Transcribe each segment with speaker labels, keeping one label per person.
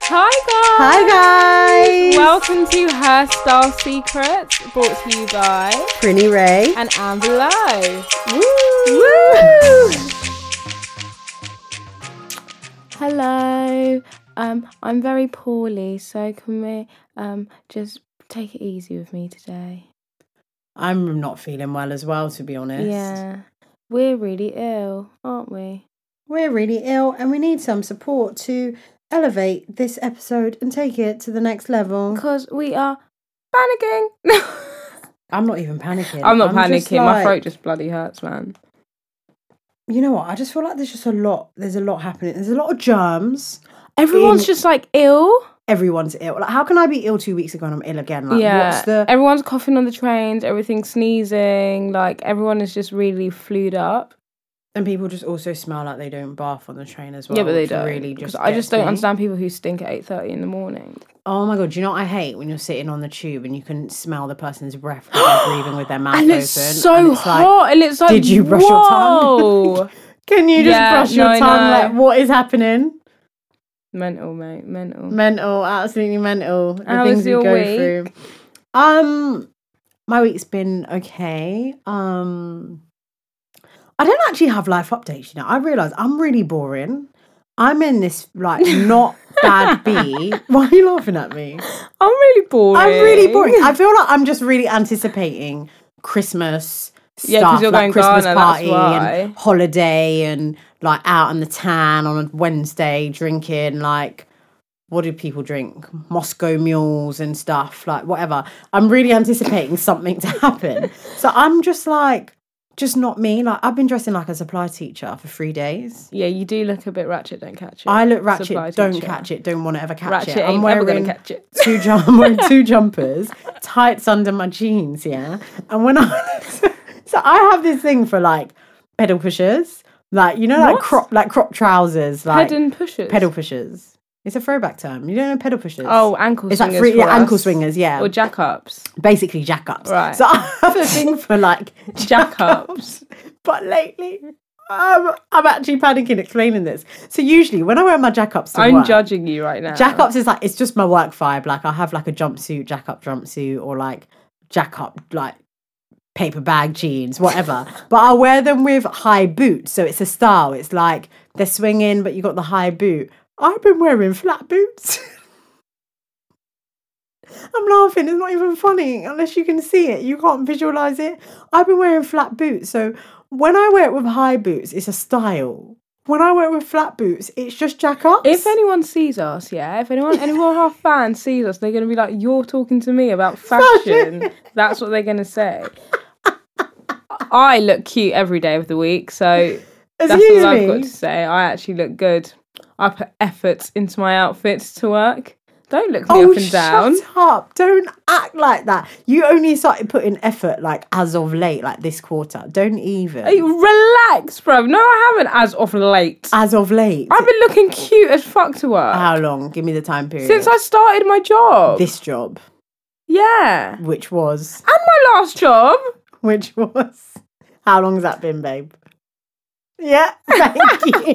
Speaker 1: Hi
Speaker 2: Hi
Speaker 1: guys!
Speaker 2: guys!
Speaker 1: Welcome to Hairstyle Secrets, brought to you by
Speaker 2: Prinny Ray.
Speaker 1: and Amber Lowe.
Speaker 2: Woo!
Speaker 3: Hello. Um, I'm very poorly, so can we um just take it easy with me today?
Speaker 2: I'm not feeling well as well, to be honest.
Speaker 3: Yeah. We're really ill, aren't
Speaker 1: Mm.
Speaker 3: we?
Speaker 2: We're really ill and we need some support to elevate this episode and take it to the next level.
Speaker 3: Because we are panicking.
Speaker 2: I'm not even panicking.
Speaker 1: I'm not
Speaker 2: just
Speaker 1: panicking, my
Speaker 2: like-
Speaker 1: throat just bloody hurts, man.
Speaker 2: You know what? I just feel like there's just a lot. There's a lot happening. There's a lot of germs.
Speaker 3: Everyone's
Speaker 2: In-
Speaker 3: just like ill.
Speaker 2: Everyone's ill. Like, how can I be ill two weeks ago and I'm ill again? Like,
Speaker 1: yeah.
Speaker 2: What's the.
Speaker 3: Everyone's coughing on the trains, everything's sneezing, like everyone is just really flued up.
Speaker 2: and people just also smell like they don't bath on the train as well.
Speaker 3: yeah, but they
Speaker 2: which
Speaker 3: don't.
Speaker 2: Really
Speaker 3: 'Cause
Speaker 2: just
Speaker 3: I just
Speaker 2: gets
Speaker 3: don't
Speaker 2: me.
Speaker 3: understand people who stink at eight thirty in the morning.
Speaker 2: Oh my god! Do you know what I hate when you're sitting on the tube and you can smell the person's breath because they're breathing with their mouth
Speaker 3: and
Speaker 2: open?
Speaker 3: it's so
Speaker 2: and like,
Speaker 3: hot, and it's like,
Speaker 2: "Did you brush your tongue?"
Speaker 3: whoa.
Speaker 2: can you just
Speaker 1: Yeah,
Speaker 2: brush your
Speaker 1: no,
Speaker 2: tongue?
Speaker 1: no.
Speaker 2: Like, what is happening?
Speaker 1: Mental, mate, mental.
Speaker 2: Mental, absolutely mental. The
Speaker 1: How
Speaker 2: things
Speaker 1: was your
Speaker 2: we go
Speaker 1: week?
Speaker 2: through. Um, my week's been okay. Um, I don't actually have life updates. You know, I realize I'm really boring. I'm in this like not bad B. Why are you laughing at me?
Speaker 1: I'm really boring.
Speaker 2: I'm really boring. I feel like I'm just really anticipating Christmas stuff,
Speaker 1: Yeah, 'cause you're
Speaker 2: like
Speaker 1: going
Speaker 2: Christmas
Speaker 1: Ghana, that's
Speaker 2: party
Speaker 1: why.
Speaker 2: and holiday and like out in the tan on a Wednesday drinking like what do people drink? Moscow mules and stuff, like whatever. I'm really anticipating something to happen. so I'm just like just not me. Like I've been dressing like a supply teacher for three days.
Speaker 1: Yeah, you do look a bit ratchet, don't catch it.
Speaker 2: I look ratchet,
Speaker 1: Supply
Speaker 2: don't
Speaker 1: teacher.
Speaker 2: catch it, don't want to ever catch
Speaker 1: Ratchet
Speaker 2: it. I'm
Speaker 1: ain't
Speaker 2: wearing
Speaker 1: ever gonna catch it.
Speaker 2: two jum- I'm wearing two jumpers, tights under my jeans, yeah. And when I so I have this thing for like pedal pushers, like you know, like
Speaker 1: What?
Speaker 2: crop like crop trousers, like
Speaker 1: Head and pushes.
Speaker 2: pedal pushers. It's a throwback term. You don't know pedal pushers.
Speaker 1: Oh, ankle
Speaker 2: it's
Speaker 1: swingers.
Speaker 2: like free,
Speaker 1: for
Speaker 2: yeah, ankle
Speaker 1: us.
Speaker 2: swingers, yeah,
Speaker 1: Or jack ups.
Speaker 2: basically jack ups.
Speaker 1: Right.
Speaker 2: So I have a thing for like
Speaker 1: Jack ups.
Speaker 2: but lately. I'm, I'm actually panicking explaining this. So usually when I wear my jack ups, to
Speaker 1: I'm
Speaker 2: work-
Speaker 1: judging you right now.
Speaker 2: Jack ups is like it's just my work vibe. Like I have like a jumpsuit, jack up jumpsuit, or like jack up like paper bag jeans, whatever. but I wear them with high boots, so it's a style. It's like they're swinging, but you got the high boot. I've been wearing flat boots. I'm laughing. It's not even funny unless you can see it. You can't visualize it. I've been wearing flat boots. So when I wear it with high boots, it's a style. When I wear it with flat boots, it's just jack ups.
Speaker 1: If anyone sees us, yeah, if anyone, anyone of our fans sees us, they're going to be like, you're talking to me about fashion. That's what they're going to say. I look cute every day of the week, so that's
Speaker 2: Excuse
Speaker 1: all I've
Speaker 2: me.
Speaker 1: got to say. I actually look good. I put effort into my outfits to work. Don't look me Oh, up and down.
Speaker 2: Oh, Shut up. Don't act like that. You only started putting effort like as of late, like this quarter. Don't even.
Speaker 1: Hey, Relax, bruv. No, I haven't as of late.
Speaker 2: as of late.
Speaker 1: I've been looking cute as fuck to work.
Speaker 2: How long? Give me the time period.
Speaker 1: Since I started my job.
Speaker 2: this job,
Speaker 1: yeah. And
Speaker 2: which was,
Speaker 1: my last job.
Speaker 2: which was, how long's that been, babe? Yeah, thank you.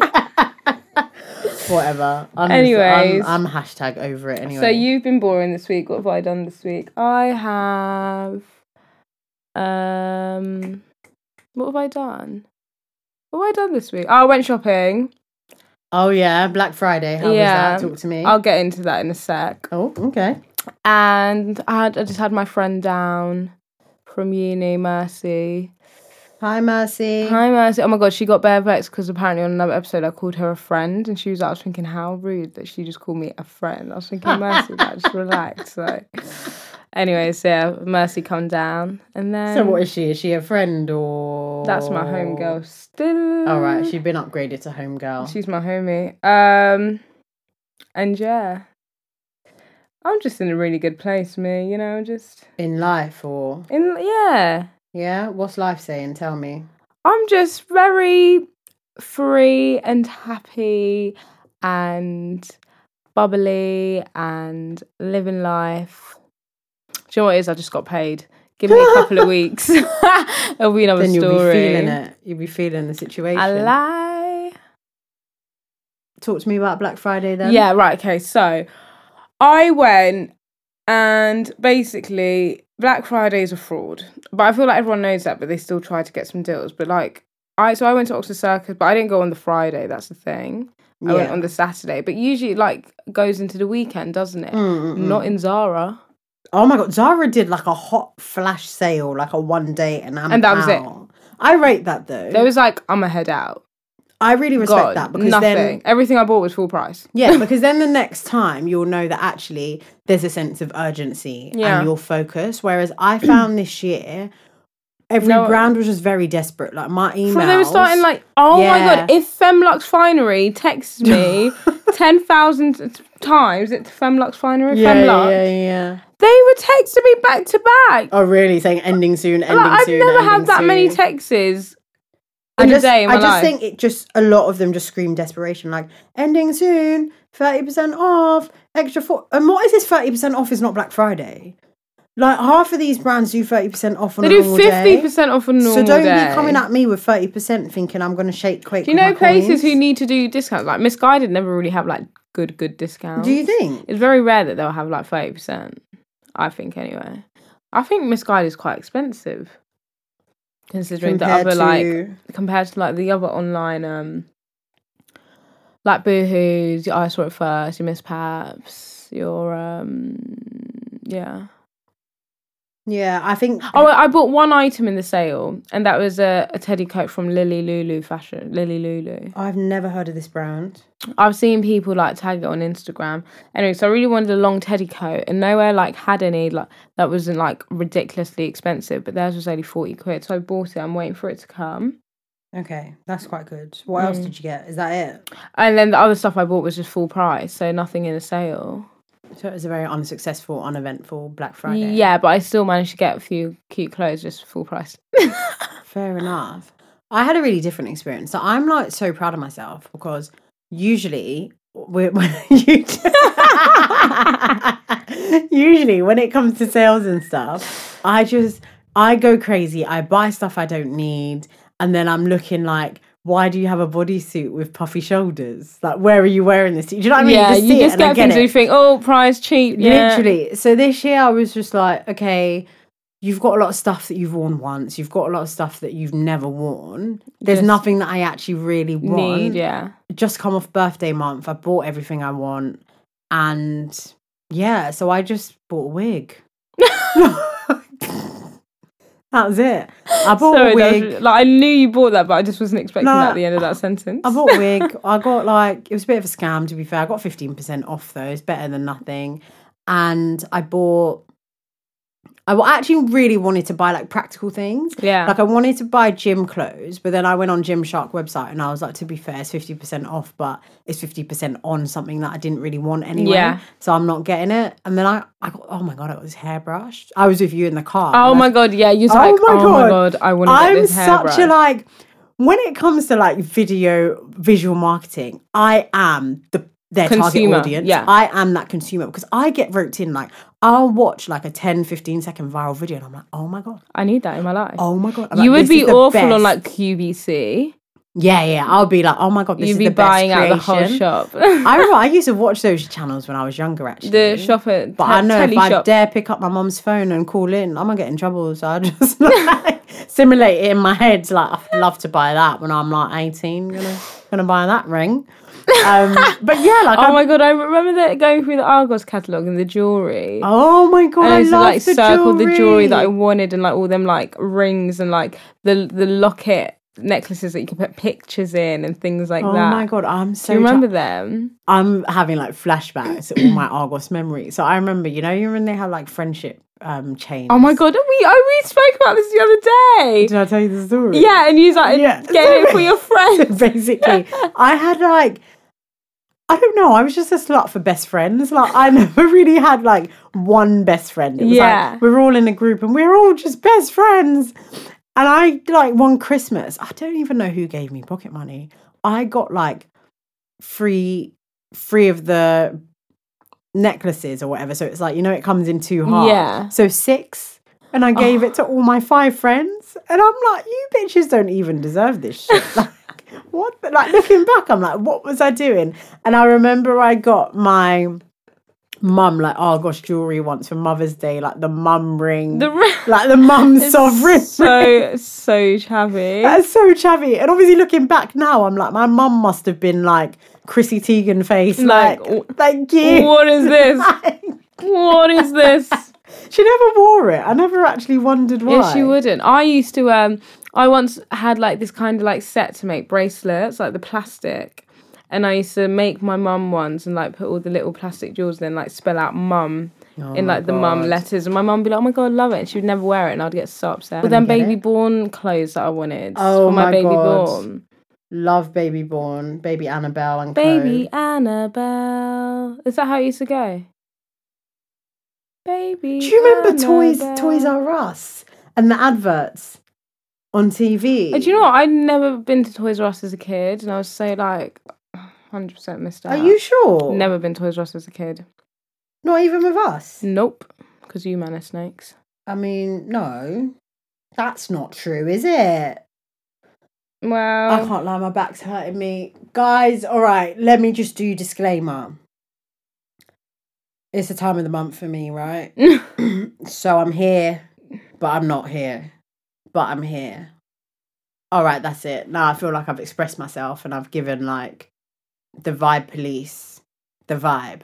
Speaker 2: Whatever. I'm just- I'm-
Speaker 1: Anyways.
Speaker 2: I'm, hashtag over it anyway.
Speaker 1: So you've been boring this week. What have I done this week? I have um what have I done? What have I done this week? Oh, I went shopping.
Speaker 2: Oh yeah, Black Friday. How
Speaker 1: Yeah.
Speaker 2: was that? Talk to me.
Speaker 1: I'll get into that in a sec.
Speaker 2: oh, okay.
Speaker 1: And I had I just had my friend down from uni, Mercy.
Speaker 2: Hi, Mercy.
Speaker 1: Hi Mercy. Oh my god, she got bare vexed because apparently on another episode I called her a friend and she was like, I was thinking how rude that she just called me a friend. I was thinking, Mercy, like, just relax. So anyways, yeah, Mercy come down and then
Speaker 2: So what is she? Is she a friend or
Speaker 1: Um, That's my homegirl still.
Speaker 2: All right, she's been upgraded to homegirl.
Speaker 1: She's my homie. Um, and yeah. I'm just in a really good place, me. You know, just
Speaker 2: in life or
Speaker 1: in yeah.
Speaker 2: yeah? What's life saying? Tell me.
Speaker 1: I'm just very free and happy and bubbly and living life. Do you know what it is? I just got paid. Give me a couple of weeks. It'll be another
Speaker 2: then you'll
Speaker 1: story.
Speaker 2: be feeling it. You'll be feeling the situation.
Speaker 1: I lie.
Speaker 2: Talk to me about Black Friday then.
Speaker 1: Yeah, right. Okay, so I went and basically Black Friday is a fraud, but I feel like everyone knows that, but they still try to get some deals. But like, I so I went to Oxford Circus, but I didn't go on the Friday. That's the thing. I went
Speaker 2: Yeah.
Speaker 1: on the Saturday, but usually it, like goes into the weekend, doesn't it?
Speaker 2: Mm, mm, mm.
Speaker 1: Not in Zara,
Speaker 2: Oh my god, Zara did like a hot flash sale, like a one day, and I'm
Speaker 1: And that was it.
Speaker 2: out. I rate that though.
Speaker 1: there was like I'm a head out.
Speaker 2: I really respect
Speaker 1: God,
Speaker 2: that because
Speaker 1: nothing.
Speaker 2: then,
Speaker 1: Everything I bought was full price.
Speaker 2: yeah, because then the next time you'll know that actually there's a sense of urgency
Speaker 1: Yeah.
Speaker 2: and you'll focus. Whereas I found this year every
Speaker 1: No.
Speaker 2: brand was just very desperate. Like my emails,
Speaker 1: So they were starting like, oh my
Speaker 2: Yeah.
Speaker 1: god, if Femlux Finery texts me 10,000 t- times, it's Femlux Finery,
Speaker 2: yeah,
Speaker 1: Femlux,
Speaker 2: yeah, yeah.
Speaker 1: they were texting me back to back.
Speaker 2: Oh, really? Saying ending soon, ending
Speaker 1: Like, I've
Speaker 2: soon.
Speaker 1: never had
Speaker 2: ending
Speaker 1: that many
Speaker 2: soon.
Speaker 1: texts in
Speaker 2: I
Speaker 1: a
Speaker 2: just,
Speaker 1: day in my
Speaker 2: I just
Speaker 1: life.
Speaker 2: think it just a lot of them just scream desperation, like ending soon, thirty percent off, extra four. And what is this thirty percent off? Is not Black Friday. Like half of these brands do thirty percent off on
Speaker 1: they
Speaker 2: a
Speaker 1: do
Speaker 2: normal
Speaker 1: 50%
Speaker 2: day.
Speaker 1: off a normal
Speaker 2: So don't
Speaker 1: day.
Speaker 2: be coming at me with thirty percent, thinking I'm going to shake quake.
Speaker 1: Do you know places who need to do discounts? Like Misguided never really have like good, good discounts.
Speaker 2: Do you think?
Speaker 1: It's very rare that they'll have like 30%. I think, anyway. I think Misguided is quite expensive. Considering
Speaker 2: Compared
Speaker 1: the other, like,
Speaker 2: to-
Speaker 1: compared to like the other online, um, like Boohoo's, your I Saw It First, your Miss Paps, your, um, yeah.
Speaker 2: Yeah, I think.
Speaker 1: Oh, I bought one item in the sale, and that was a, a teddy coat from Lily Lulu Fashion. Lily Lulu.
Speaker 2: I've never heard of this brand.
Speaker 1: I've seen people like tag it on Instagram. Anyway, so I really wanted a long teddy coat, and nowhere like had any like that wasn't like ridiculously expensive, but theirs was only forty quid. So I bought it. I'm waiting for it to come,
Speaker 2: Okay, that's quite good. What
Speaker 1: Mm.
Speaker 2: else did you get? Is that it?
Speaker 1: and then the other stuff I bought was just full price, so nothing in a sale.
Speaker 2: So it was a very unsuccessful, uneventful Black Friday.
Speaker 1: Yeah, but I still managed to get a few cute clothes just full price.
Speaker 2: Fair enough. I had a really different experience. So I'm like so proud of myself because usually we usually when it comes to sales and stuff, I just I go crazy. I buy stuff I don't need and then I'm looking like why do you have a bodysuit with puffy shoulders? Like, where are you wearing this? Do you know what I mean?
Speaker 1: yeah,
Speaker 2: see
Speaker 1: you
Speaker 2: it
Speaker 1: just
Speaker 2: and I
Speaker 1: get things and you
Speaker 2: it.
Speaker 1: think, oh, price cheap. Yeah.
Speaker 2: Literally. So this year I was just like, okay, you've got a lot of stuff that you've worn once. You've got a lot of stuff that you've never worn. There's
Speaker 1: Just
Speaker 2: nothing that I actually really want.
Speaker 1: need. Yeah.
Speaker 2: Just come off birthday month. I bought everything I want. And yeah, so I just bought a wig. that was it. I bought
Speaker 1: Sorry,
Speaker 2: a
Speaker 1: that was
Speaker 2: wig.
Speaker 1: really- like I knew you bought that, but I just wasn't expecting
Speaker 2: No,
Speaker 1: that at the end of that sentence.
Speaker 2: I bought a wig. I got like it was a bit of a scam to be fair. I got fifteen percent off though. It's better than nothing. And I bought. I wa- actually really wanted to buy like practical things.
Speaker 1: Yeah.
Speaker 2: Like I wanted to buy gym clothes, but then I went on Gymshark website and I was like, to be fair, it's fifty percent off, but it's fifty percent on something that I didn't really want anyway.
Speaker 1: Yeah.
Speaker 2: So I'm not getting it. And then I, I got oh my god, I got this hairbrush. I was with you in the car.
Speaker 1: Oh
Speaker 2: and I
Speaker 1: my god, yeah, you're like, oh my god, I want to get
Speaker 2: I'm
Speaker 1: this
Speaker 2: such
Speaker 1: hairbrush.
Speaker 2: a like when it comes to like video visual marketing, I am the their
Speaker 1: Consumer,
Speaker 2: target audience.
Speaker 1: yeah.
Speaker 2: I am that consumer because I get roped in like I'll watch like a 10, 15 second viral video and I'm like, oh my god,
Speaker 1: I need that in my life.
Speaker 2: oh my god. I'm
Speaker 1: you
Speaker 2: like,
Speaker 1: would
Speaker 2: this
Speaker 1: be
Speaker 2: is the
Speaker 1: awful
Speaker 2: best.
Speaker 1: on like QVC.
Speaker 2: Yeah, yeah. I'll be like, oh my god, this
Speaker 1: You'd
Speaker 2: is
Speaker 1: be
Speaker 2: the best
Speaker 1: buying out the whole
Speaker 2: creation.
Speaker 1: shop.
Speaker 2: I remember I used to watch those channels when I was younger actually.
Speaker 1: the shop at
Speaker 2: Mm-hmm. But I know if
Speaker 1: telly
Speaker 2: I
Speaker 1: shop.
Speaker 2: dare pick up my mum's phone and call in, I'm gonna get in trouble. So I just like simulate it in my head. Like I'd love to buy that when I'm like 18. Gonna gonna buy that ring. Um, but yeah, like
Speaker 1: Oh
Speaker 2: I'm-
Speaker 1: my god, I remember that going through the Argos catalogue and the jewelry.
Speaker 2: oh my god,
Speaker 1: and
Speaker 2: I
Speaker 1: I used to
Speaker 2: love
Speaker 1: like
Speaker 2: the
Speaker 1: circle
Speaker 2: jewelry.
Speaker 1: the jewelry that I wanted and like all them like rings and like the the locket necklaces that you can put pictures in and things like
Speaker 2: Oh
Speaker 1: that.
Speaker 2: my god, I'm so.
Speaker 1: Do you remember
Speaker 2: ch-
Speaker 1: them?
Speaker 2: I'm having like flashbacks to all my Argos memories. So I remember, you know, you when they had like friendship um chains.
Speaker 1: Oh my god, we I we spoke about this the other day.
Speaker 2: Did I tell you the story?
Speaker 1: Yeah, and you was like
Speaker 2: Yeah.
Speaker 1: get it for your friends.
Speaker 2: basically. I had like I don't know. I was just a slut for best friends. Like I never really had like one best friend. It was
Speaker 1: Yeah.
Speaker 2: like we're all in a group and we're all just best friends. And I like one Christmas, I don't even know who gave me pocket money. I got like free free of the necklaces or whatever. So it's like, you know, it comes in two halves.
Speaker 1: Yeah.
Speaker 2: So six. And I gave it to all my five friends. And I'm like, you bitches don't even deserve this shit. Like, what? the- Like, looking back, I'm like, what was I doing? And I remember I got my mum, like, oh gosh, jewelry once for Mother's Day, like the mum ring.
Speaker 1: The ring.
Speaker 2: Like oh, the mum sovereign.
Speaker 1: so so chavvy.
Speaker 2: That's so chavvy. And obviously, looking back now, I'm like, my mum must have been like Chrissy Teigen face.
Speaker 1: Like,
Speaker 2: Like, thank you.
Speaker 1: What is this? What is this?
Speaker 2: She never wore it. I never actually wondered why.
Speaker 1: Yes, you wouldn't. I used to. Um, I once had like this kind of like set to make bracelets, like the plastic, and I used to make my mum ones and like put all the little plastic jewels and then like spell out mum.
Speaker 2: Oh
Speaker 1: in like the mum letters, and my mum would be like, "Oh my god, I love it!" And she would never wear it, and I'd get so upset. Well, then
Speaker 2: get
Speaker 1: baby born clothes that I wanted
Speaker 2: Oh
Speaker 1: for my,
Speaker 2: my
Speaker 1: baby
Speaker 2: God.
Speaker 1: born,
Speaker 2: Love Baby Born, Baby Annabelle, and
Speaker 1: baby Annabelle. Is that how it used to go? Baby.
Speaker 2: Do you remember
Speaker 1: Annabelle.
Speaker 2: Toys Toys R Us and the adverts on TV?
Speaker 1: Uh, Do you know what? I'd never been to Toys R Us as a kid, and I was so like, 100% missed out.
Speaker 2: Are you sure?
Speaker 1: Never been Toys R Us as a kid.
Speaker 2: Not even with us.
Speaker 1: Nope. Because you man are snakes.
Speaker 2: I mean, no. That's not true, is it? I
Speaker 1: Well,
Speaker 2: can't lie, my back's hurting me. Guys, all right, let me just do disclaimer. It's the time of the month for me, right? so I'm here, but I'm not here. But I'm here. All right, that's it. Now I feel like I've expressed myself and I've given like the vibe police the vibe.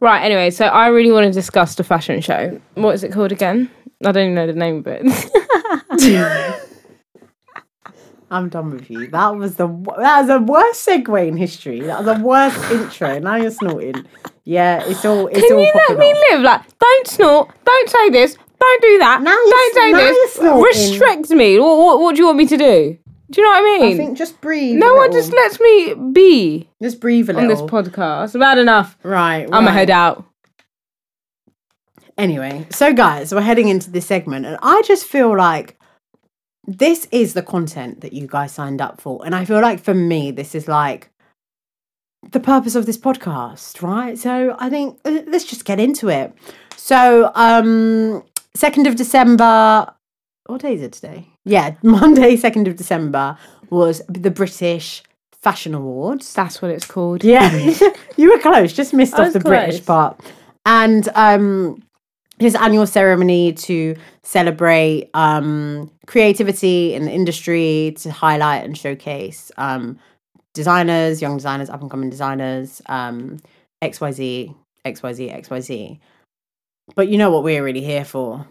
Speaker 1: right. Anyway, so I really want to discuss the fashion show. What is it called again? I don't even know the name of it.
Speaker 2: I'm done with you. That was the wo- that was the worst segue in history. That was the worst intro. Now you're snorting. Yeah, it's all it's
Speaker 1: Can
Speaker 2: all
Speaker 1: you
Speaker 2: popping
Speaker 1: let me
Speaker 2: off.
Speaker 1: live? Like, don't snort. Don't say this. Don't do that.
Speaker 2: Now you're
Speaker 1: don't say
Speaker 2: s- now
Speaker 1: this.
Speaker 2: you're snorting.
Speaker 1: Restrict me. What, what, what do you want me to do? Do you know what I mean?
Speaker 2: I think just breathe.
Speaker 1: no
Speaker 2: a
Speaker 1: one
Speaker 2: little.
Speaker 1: just lets me be.
Speaker 2: just breathe a little.
Speaker 1: on this podcast. Bad enough.
Speaker 2: right,
Speaker 1: I'm a
Speaker 2: right.
Speaker 1: head out.
Speaker 2: Anyway, so guys, we're heading into this segment, and I just feel like this is the content that you guys signed up for, and I feel like for me, this is like the purpose of this podcast, right? So I think uh, let's just get into it. So, um, second of December. What day is it today? Yeah, Monday, second of December was the British Fashion Awards.
Speaker 1: That's what it's called.
Speaker 2: Yeah, you were close. Just missed
Speaker 1: I
Speaker 2: off
Speaker 1: was
Speaker 2: the British
Speaker 1: close.
Speaker 2: part. And um, his annual ceremony to celebrate um, creativity in the industry, to highlight and showcase um, designers, young designers, up and coming designers, um, XYZ, XYZ, XYZ. But you know what we're really here for?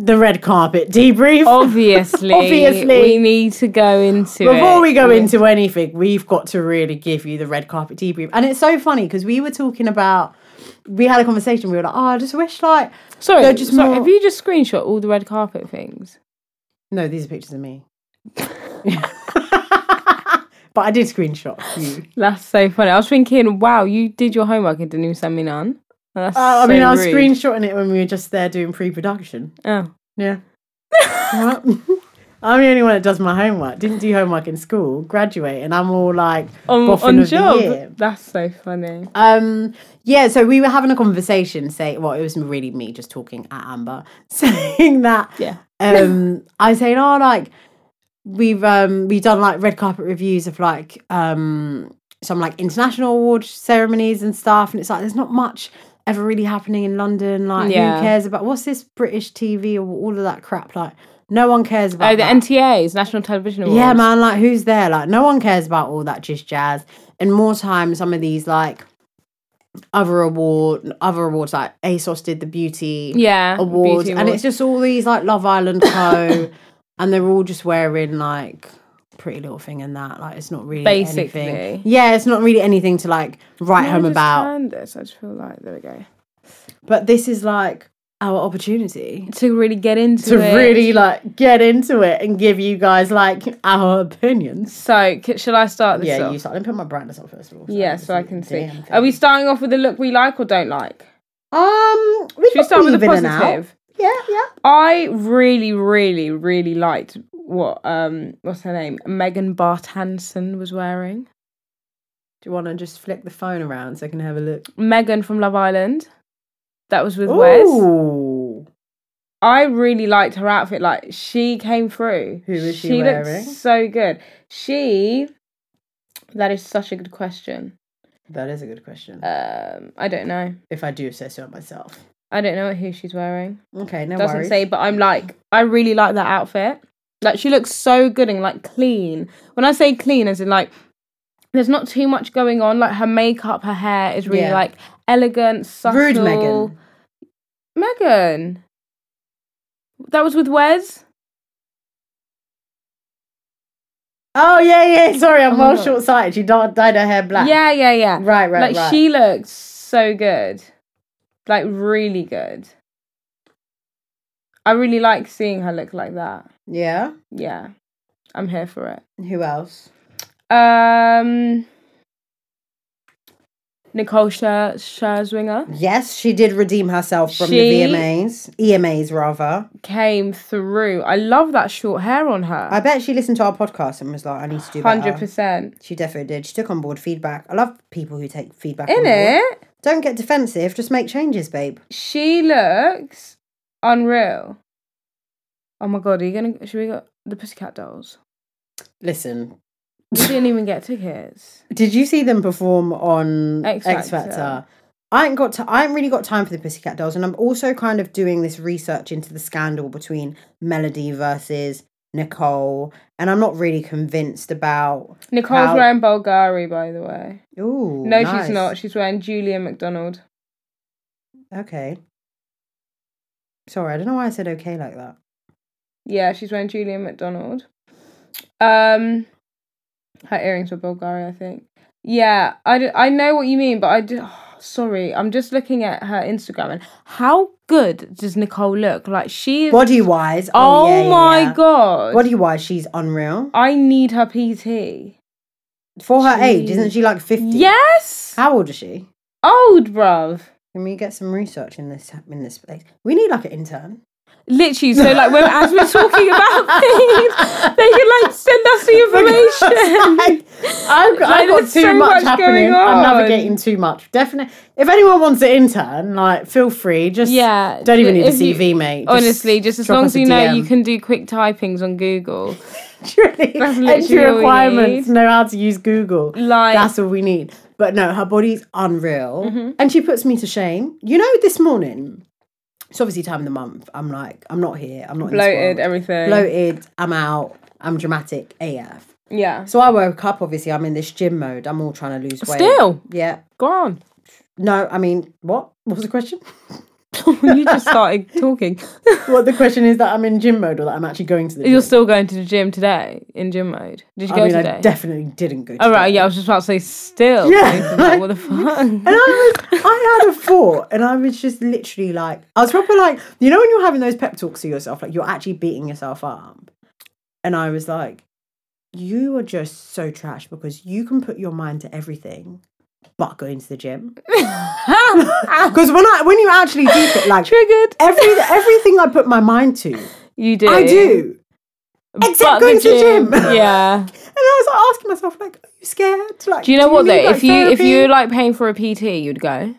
Speaker 2: The red carpet debrief.
Speaker 1: Obviously,
Speaker 2: Obviously.
Speaker 1: we need to go into it.
Speaker 2: Before we go into anything, we've got to really give you the red carpet debrief. And it's so funny because we were talking about, we had a conversation. We were like, oh, I just wish like,
Speaker 1: sorry,
Speaker 2: No, just
Speaker 1: sorry,
Speaker 2: more-
Speaker 1: Have you just screenshot all the red carpet things?
Speaker 2: no, these are pictures of me. but I did screenshot you.
Speaker 1: That's so funny. I was thinking, wow, you did your homework and didn't even send me none. That's
Speaker 2: Uh, I mean,
Speaker 1: Oh, so
Speaker 2: I was
Speaker 1: rude.
Speaker 2: screenshotting it when we were just there doing pre-production.
Speaker 1: Oh.
Speaker 2: Yeah. Right? I'm the only one that does my homework. Didn't do homework in school, graduate, and I'm all like
Speaker 1: On,
Speaker 2: boffin
Speaker 1: on
Speaker 2: of the year.
Speaker 1: job. That's so funny.
Speaker 2: Um, yeah, so we were having a conversation saying, well, it was really me just talking at Amber, saying that
Speaker 1: Yeah.
Speaker 2: um I was saying, oh like we've um we've done like red carpet reviews of like um some like international award ceremonies and stuff, and it's like there's not much ever really happening in London. Like
Speaker 1: Yeah.
Speaker 2: who cares about what's this British TV or all of that crap? Like no one cares about
Speaker 1: Oh, the
Speaker 2: that.
Speaker 1: NTAs, National Television Awards.
Speaker 2: Yeah, man, like who's there? Like no one cares about all that just jazz. And more time, some of these like other award, other awards like ASOS did the beauty
Speaker 1: Yeah.
Speaker 2: awards,
Speaker 1: beauty
Speaker 2: and it's just all these like Love Island co, and they're all just wearing like pretty little thing and that. Like it's not really
Speaker 1: Basically.
Speaker 2: anything. Yeah, it's not really anything to like write
Speaker 1: Can I
Speaker 2: home
Speaker 1: just
Speaker 2: about.
Speaker 1: turn this. I just feel like there we go.
Speaker 2: But this is like our opportunity
Speaker 1: to really get into
Speaker 2: to
Speaker 1: it.
Speaker 2: really like get into it and give you guys like our opinions.
Speaker 1: So, c- shall I start this?
Speaker 2: Yeah,
Speaker 1: off?
Speaker 2: you start. Let me put my brightness up first of all.
Speaker 1: yeah, so I can see.
Speaker 2: Damn thing.
Speaker 1: Are we starting off with a look we like or don't like?
Speaker 2: Um, we
Speaker 1: Should we start with a
Speaker 2: in and out.
Speaker 1: positive?
Speaker 2: Yeah, yeah.
Speaker 1: I really, really, really liked what um what's her name Megan Bart Hansen was wearing.
Speaker 2: Do you want to just flick the phone around so I can have a look?
Speaker 1: Megan from Love Island. That was with Wes.
Speaker 2: Ooh,
Speaker 1: I really liked her outfit. Like she came through.
Speaker 2: Who was she wearing?
Speaker 1: looked so good. She. That is such a good question.
Speaker 2: that is a good question.
Speaker 1: Um, I don't know.
Speaker 2: if I do say so myself.
Speaker 1: I don't know who she's wearing.
Speaker 2: Okay, no
Speaker 1: Doesn't
Speaker 2: worries.
Speaker 1: say, but I'm like, I really like that outfit. Like she looks so good and like clean. When I say clean, as in like, there's not too much going on. Like her makeup, her hair is really
Speaker 2: Yeah.
Speaker 1: like elegant, subtle.
Speaker 2: rude, Megan.
Speaker 1: Megan. That was with Wes.
Speaker 2: Oh yeah, yeah. Sorry, I'm
Speaker 1: Oh my
Speaker 2: well
Speaker 1: God.
Speaker 2: short sighted. She dyed, dyed her hair black.
Speaker 1: Yeah, yeah, yeah.
Speaker 2: Right, right,
Speaker 1: like
Speaker 2: right.
Speaker 1: she looked so good, like really good. I really like seeing her look like that.
Speaker 2: Yeah.
Speaker 1: Yeah, I'm here for it.
Speaker 2: Who else?
Speaker 1: Um, Nicole Scher- Scherzinger
Speaker 2: Yes, she did redeem herself from
Speaker 1: She-
Speaker 2: the VMAs, EMAs E rather.
Speaker 1: came through. I love that short hair on
Speaker 2: I
Speaker 1: her.
Speaker 2: bet she listened to our podcast and was like, "I need to do
Speaker 1: Hundred
Speaker 2: better."
Speaker 1: percent
Speaker 2: She definitely did. She took on board feedback. I love people who take feedback on
Speaker 1: in
Speaker 2: board.
Speaker 1: it.
Speaker 2: Don't get defensive. Just make changes, babe.
Speaker 1: She looks unreal. Oh my god, are you gonna? Should we go the Pussycat Dolls?
Speaker 2: Listen,
Speaker 1: We didn't even get tickets.
Speaker 2: did you see them perform on X
Speaker 1: X
Speaker 2: Factor?
Speaker 1: Factor.
Speaker 2: I ain't got. T- I ain't really got time for the Pussycat Dolls, and I'm also kind of doing this research into the scandal between Melody versus Nicole, and I'm not really convinced about.
Speaker 1: Nicole's
Speaker 2: How-
Speaker 1: wearing Bulgari, by the way.
Speaker 2: Ooh,
Speaker 1: No,
Speaker 2: nice.
Speaker 1: she's not. She's wearing Julia McDonald.
Speaker 2: Okay. Sorry, I don't know why I said okay like that.
Speaker 1: Yeah, she's wearing Julia McDonald. Um, her earrings were Bulgari, I think. Yeah, I, d- I know what you mean, but I do. sorry, I'm just looking at her Instagram and how good does Nicole look? Like she.
Speaker 2: Body wise,
Speaker 1: oh
Speaker 2: oh, yeah, yeah,
Speaker 1: my
Speaker 2: yeah.
Speaker 1: god!
Speaker 2: Body wise, she's unreal
Speaker 1: I need her PT.
Speaker 2: for her
Speaker 1: She-
Speaker 2: age. Isn't she like fifty?
Speaker 1: Yes,
Speaker 2: How old is she?
Speaker 1: old bruv.
Speaker 2: Can we get some research in this in this place? We need like an intern.
Speaker 1: Literally, so like when as we're talking about things, they can like send us the information.
Speaker 2: Like, I've, got-
Speaker 1: Like,
Speaker 2: I've got
Speaker 1: there's
Speaker 2: too
Speaker 1: so
Speaker 2: much,
Speaker 1: much
Speaker 2: happening.
Speaker 1: going
Speaker 2: I'm
Speaker 1: on.
Speaker 2: navigating too much. Definitely. If anyone wants an intern, like feel free. Just
Speaker 1: Yeah,
Speaker 2: Don't even
Speaker 1: d-
Speaker 2: need a
Speaker 1: if you-
Speaker 2: CV, mate. Just
Speaker 1: Honestly, just as
Speaker 2: drop
Speaker 1: long
Speaker 2: us
Speaker 1: as
Speaker 2: a
Speaker 1: you know
Speaker 2: DM.
Speaker 1: you can do quick typings on Google.
Speaker 2: Truly,
Speaker 1: That's
Speaker 2: entry
Speaker 1: literally all we
Speaker 2: requirements.
Speaker 1: need.
Speaker 2: Know how to use Google.
Speaker 1: Like- Mm-hmm.
Speaker 2: that's all we need. But no, her body's unreal, and she puts me to shame. You know, this morning. It's obviously time of the month. I'm like, I'm not here. I'm not in this
Speaker 1: Bloated,
Speaker 2: world.
Speaker 1: everything.
Speaker 2: bloated. I'm out. I'm dramatic AF.
Speaker 1: Yeah.
Speaker 2: So I woke up. Obviously, I'm in this gym mode. I'm all trying to lose weight.
Speaker 1: Still?
Speaker 2: yeah.
Speaker 1: Go on.
Speaker 2: No, I mean, what? What was the question?
Speaker 1: you just started talking.
Speaker 2: what the question is that I'm in gym mode or that I'm actually going to the.
Speaker 1: You're
Speaker 2: gym.
Speaker 1: still going to the gym today in gym mode. Did you
Speaker 2: I
Speaker 1: go
Speaker 2: mean, I
Speaker 1: today?
Speaker 2: definitely didn't go.
Speaker 1: oh,
Speaker 2: today.
Speaker 1: right. Yeah, I was just about to say still.
Speaker 2: Yeah,
Speaker 1: I was like,
Speaker 2: like-
Speaker 1: what the fuck?
Speaker 2: And I was, I had a thought, and I was just literally like, I was proper like, you know, when you're having those pep talks to yourself, like you're actually beating yourself up. And I was like, you are just so trash because you can put your mind to everything, but going to the gym. Because when I when you actually do it, like
Speaker 1: Triggered.
Speaker 2: every everything I put my mind to,
Speaker 1: You do.
Speaker 2: I do. Except
Speaker 1: But
Speaker 2: going to the gym.
Speaker 1: yeah.
Speaker 2: And I was like asking myself, like, are you scared? Like,
Speaker 1: Do you know what though?
Speaker 2: need, like,
Speaker 1: if you if you
Speaker 2: therapy?
Speaker 1: were, like paying for a PT, you'd go.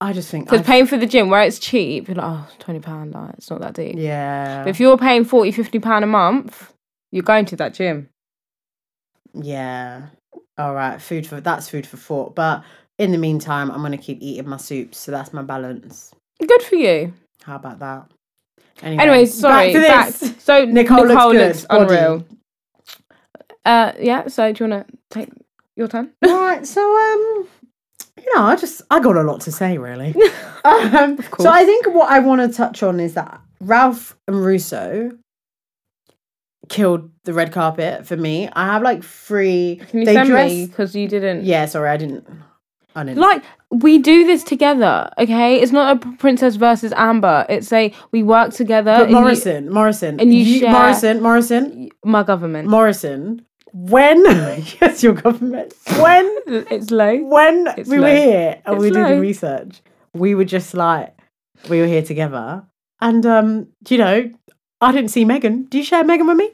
Speaker 2: I just think, I,
Speaker 1: Because paying for the gym where it's cheap, you're like, oh, 20 pound, like it's not that deep.
Speaker 2: yeah,
Speaker 1: But if you're paying 40, 50 pound a month, you're going to that gym.
Speaker 2: Yeah. All right. Food for that's food for thought. But in the meantime, I'm gonna keep eating my soups. So that's my balance.
Speaker 1: Good for you.
Speaker 2: How about that? Anyway,
Speaker 1: Anyway, sorry. Back
Speaker 2: this.
Speaker 1: So
Speaker 2: Nicole looks
Speaker 1: Nicole,
Speaker 2: good,
Speaker 1: looks,
Speaker 2: body.
Speaker 1: unreal. Uh, yeah. So do you want to take your turn?
Speaker 2: All right. So um, you know, I just I got a lot to say really. um, so I think what I want to touch on is that Ralph and Russo killed the red carpet for me. I have like three.
Speaker 1: Can you
Speaker 2: they
Speaker 1: send
Speaker 2: dress.
Speaker 1: me because you didn't?
Speaker 2: Yeah. Sorry, I didn't. I don't know.
Speaker 1: Like we do this together, okay? It's not a princess versus Amber. It's a we work together.
Speaker 2: But
Speaker 1: and you-
Speaker 2: Morrison, Morrison,
Speaker 1: uh, and you share-
Speaker 2: Morrison, Morrison,
Speaker 1: my government.
Speaker 2: Morrison. When yes, your government. When
Speaker 1: it's low.
Speaker 2: when
Speaker 1: It's
Speaker 2: we
Speaker 1: low.
Speaker 2: were here and
Speaker 1: It's
Speaker 2: we did
Speaker 1: low.
Speaker 2: the research, we were just like we were here together, and um, you know, I didn't see Megan. Do you share Megan with me?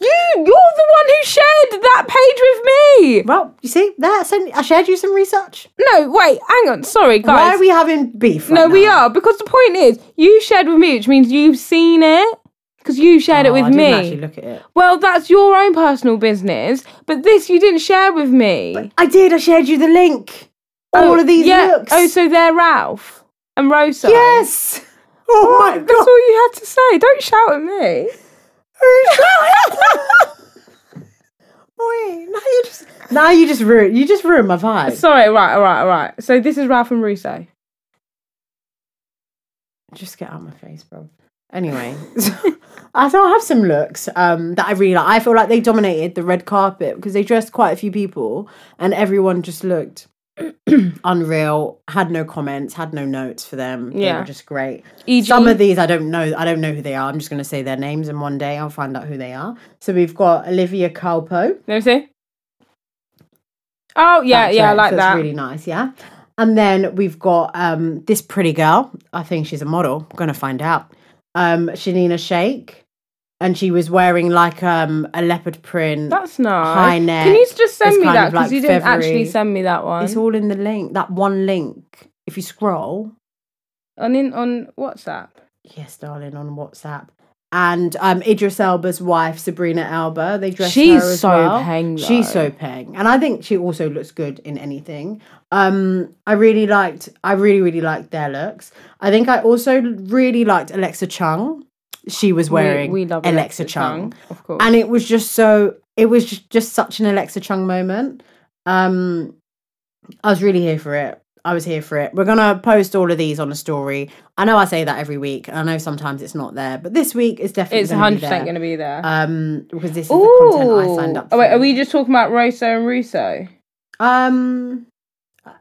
Speaker 1: You, you're the one who shared that page with me.
Speaker 2: Well, you see, that's an, I shared you some research.
Speaker 1: No, wait, hang on. Sorry, guys.
Speaker 2: Why are we having beef?
Speaker 1: no,
Speaker 2: right
Speaker 1: we
Speaker 2: now?
Speaker 1: are because the point is you shared with me, which means you've seen it because you shared
Speaker 2: Oh,
Speaker 1: it with
Speaker 2: I
Speaker 1: me.
Speaker 2: didn't actually look at it.
Speaker 1: Well, that's your own personal business, but this you didn't share with me.
Speaker 2: I did. I shared you the link. All
Speaker 1: Oh,
Speaker 2: of these
Speaker 1: yeah.
Speaker 2: looks.
Speaker 1: Oh, so they're Ralph and Rosa.
Speaker 2: yes. Oh my god.
Speaker 1: That's all you had to say. Don't shout at me.
Speaker 2: Wait, now you just now you just ruined you just ruined my vibe.
Speaker 1: Sorry, right, all right, all right. So this is Ralph and Russo.
Speaker 2: just get out of my face, bro. Anyway, I thought I have some looks um, that I really like. I feel like they dominated the red carpet because they dressed quite a few people, and everyone just looked unreal. Had no comments, had no notes for them. they
Speaker 1: Yeah.
Speaker 2: were just great.
Speaker 1: E.g.
Speaker 2: Some of these I don't know. I don't know who they are. I'm just going to say their names, and one day I'll find out who they are. So we've got Olivia Calpo.
Speaker 1: Let me see. Oh yeah,
Speaker 2: That's
Speaker 1: yeah, I
Speaker 2: right.
Speaker 1: like
Speaker 2: So
Speaker 1: that.
Speaker 2: It's really nice, yeah. And then we've got um, this pretty girl. I think she's a model. Going to find out. Um, Shanina Shake, and she was wearing like um, a leopard print.
Speaker 1: That's nice.
Speaker 2: High neck.
Speaker 1: Can you just send
Speaker 2: It's
Speaker 1: me
Speaker 2: kind
Speaker 1: that?
Speaker 2: of
Speaker 1: Because
Speaker 2: like
Speaker 1: you didn't actually
Speaker 2: feathery.
Speaker 1: send me that one.
Speaker 2: It's all in the link. That one link. If you scroll,
Speaker 1: on in on WhatsApp.
Speaker 2: yes, darling, on WhatsApp. And um, Idris Elba's wife, Sabrina Elba, they dressed
Speaker 1: She's
Speaker 2: her as
Speaker 1: so
Speaker 2: well.
Speaker 1: peng,
Speaker 2: She's
Speaker 1: though.
Speaker 2: so peng, and I think she also looks good in anything. Um, I really liked. I really really liked their looks. I think I also really liked Alexa Chung. She was wearing
Speaker 1: we love Alexa Chung, of course.
Speaker 2: and it was just so. It was just, just such an Alexa Chung moment. Um, I was really here for it. I was here for it. We're gonna post all of these on a story. I know I say that every week. and I know sometimes it's not there, but this week is definitely
Speaker 1: It's
Speaker 2: gonna be
Speaker 1: hundred percent
Speaker 2: there.
Speaker 1: going to be there.
Speaker 2: um because this is
Speaker 1: Ooh.
Speaker 2: the content I signed up. For.
Speaker 1: Oh, wait, are we just talking about Rosso and Russo?
Speaker 2: Um,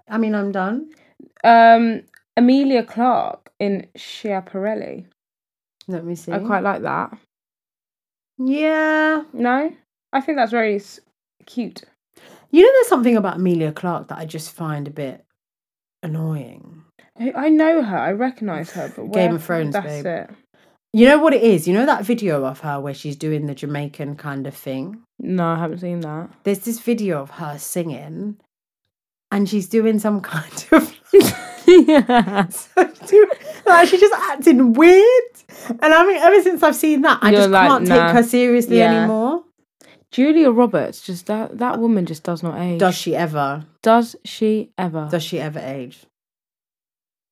Speaker 2: I mean, I'm done.
Speaker 1: Um, Amelia Clark in Schiaparelli.
Speaker 2: Let me see.
Speaker 1: I quite like that.
Speaker 2: Yeah,
Speaker 1: No, I think that's very s- cute.
Speaker 2: you know, there's something about Amelia Clark that I just find a bit annoying.
Speaker 1: I I know her. I recognise her. But where-
Speaker 2: Game of Thrones,
Speaker 1: That's
Speaker 2: babe.
Speaker 1: it.
Speaker 2: You know what it is? You know that video of her where she's doing the Jamaican kind of thing.
Speaker 1: No, I haven't seen that.
Speaker 2: There's this video of her singing, and she's doing some kind of.
Speaker 1: yes.
Speaker 2: like she's just acting weird, and I mean, ever since I've seen that, I
Speaker 1: You're
Speaker 2: just
Speaker 1: like,
Speaker 2: can't
Speaker 1: nah.
Speaker 2: take her seriously
Speaker 1: Yeah.
Speaker 2: anymore.
Speaker 1: Julia Roberts just that that woman just does not age.
Speaker 2: Does she ever?
Speaker 1: Does she ever?
Speaker 2: Does she ever age?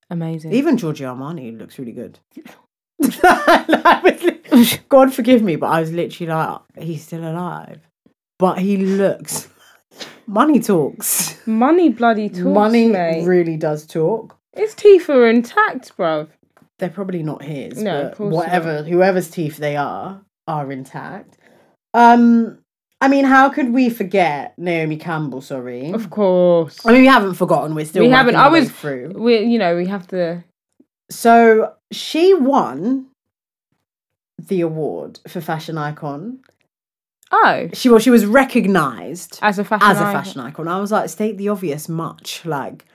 Speaker 1: Amazing.
Speaker 2: Even Giorgio Armani looks really good. I was li- God forgive me, but I was literally like, he's still alive. But he looks. Money talks.
Speaker 1: money bloody talks,
Speaker 2: Money
Speaker 1: mate.
Speaker 2: really does talk.
Speaker 1: His teeth are intact, bruv.
Speaker 2: They're probably not his.
Speaker 1: No, of
Speaker 2: but
Speaker 1: course
Speaker 2: whatever, whoever's teeth they are, are intact. Um, I mean, how could we forget Naomi Campbell? Sorry.
Speaker 1: Of course.
Speaker 2: I mean, we haven't forgotten. We're still
Speaker 1: we haven't. I was.
Speaker 2: through.
Speaker 1: We, you know, we have to.
Speaker 2: So she won the award for fashion icon.
Speaker 1: Oh,
Speaker 2: She well, she was recognised
Speaker 1: as a fashion.
Speaker 2: as a
Speaker 1: icon.
Speaker 2: fashion icon. I was like, state the obvious, much like.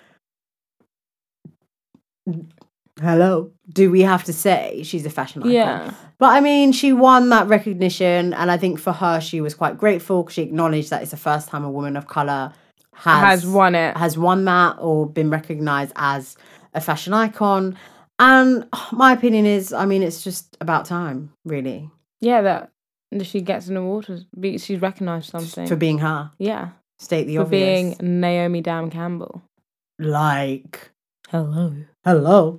Speaker 2: Hello. Do we have to say she's a fashion icon?
Speaker 1: Yeah.
Speaker 2: But I mean, she won that recognition, and I think for her, she was quite grateful because she acknowledged that it's the first time a woman of color
Speaker 1: Has won it.
Speaker 2: has won that or been recognized as a fashion icon. And my opinion is, I mean, it's just about time, really,
Speaker 1: Yeah, that that she gets an award. as- be- She's recognised something.
Speaker 2: for being her.
Speaker 1: yeah,
Speaker 2: State the
Speaker 1: for
Speaker 2: obvious.
Speaker 1: being Naomi Dam Campbell.
Speaker 2: like,
Speaker 1: Hello.
Speaker 2: hello,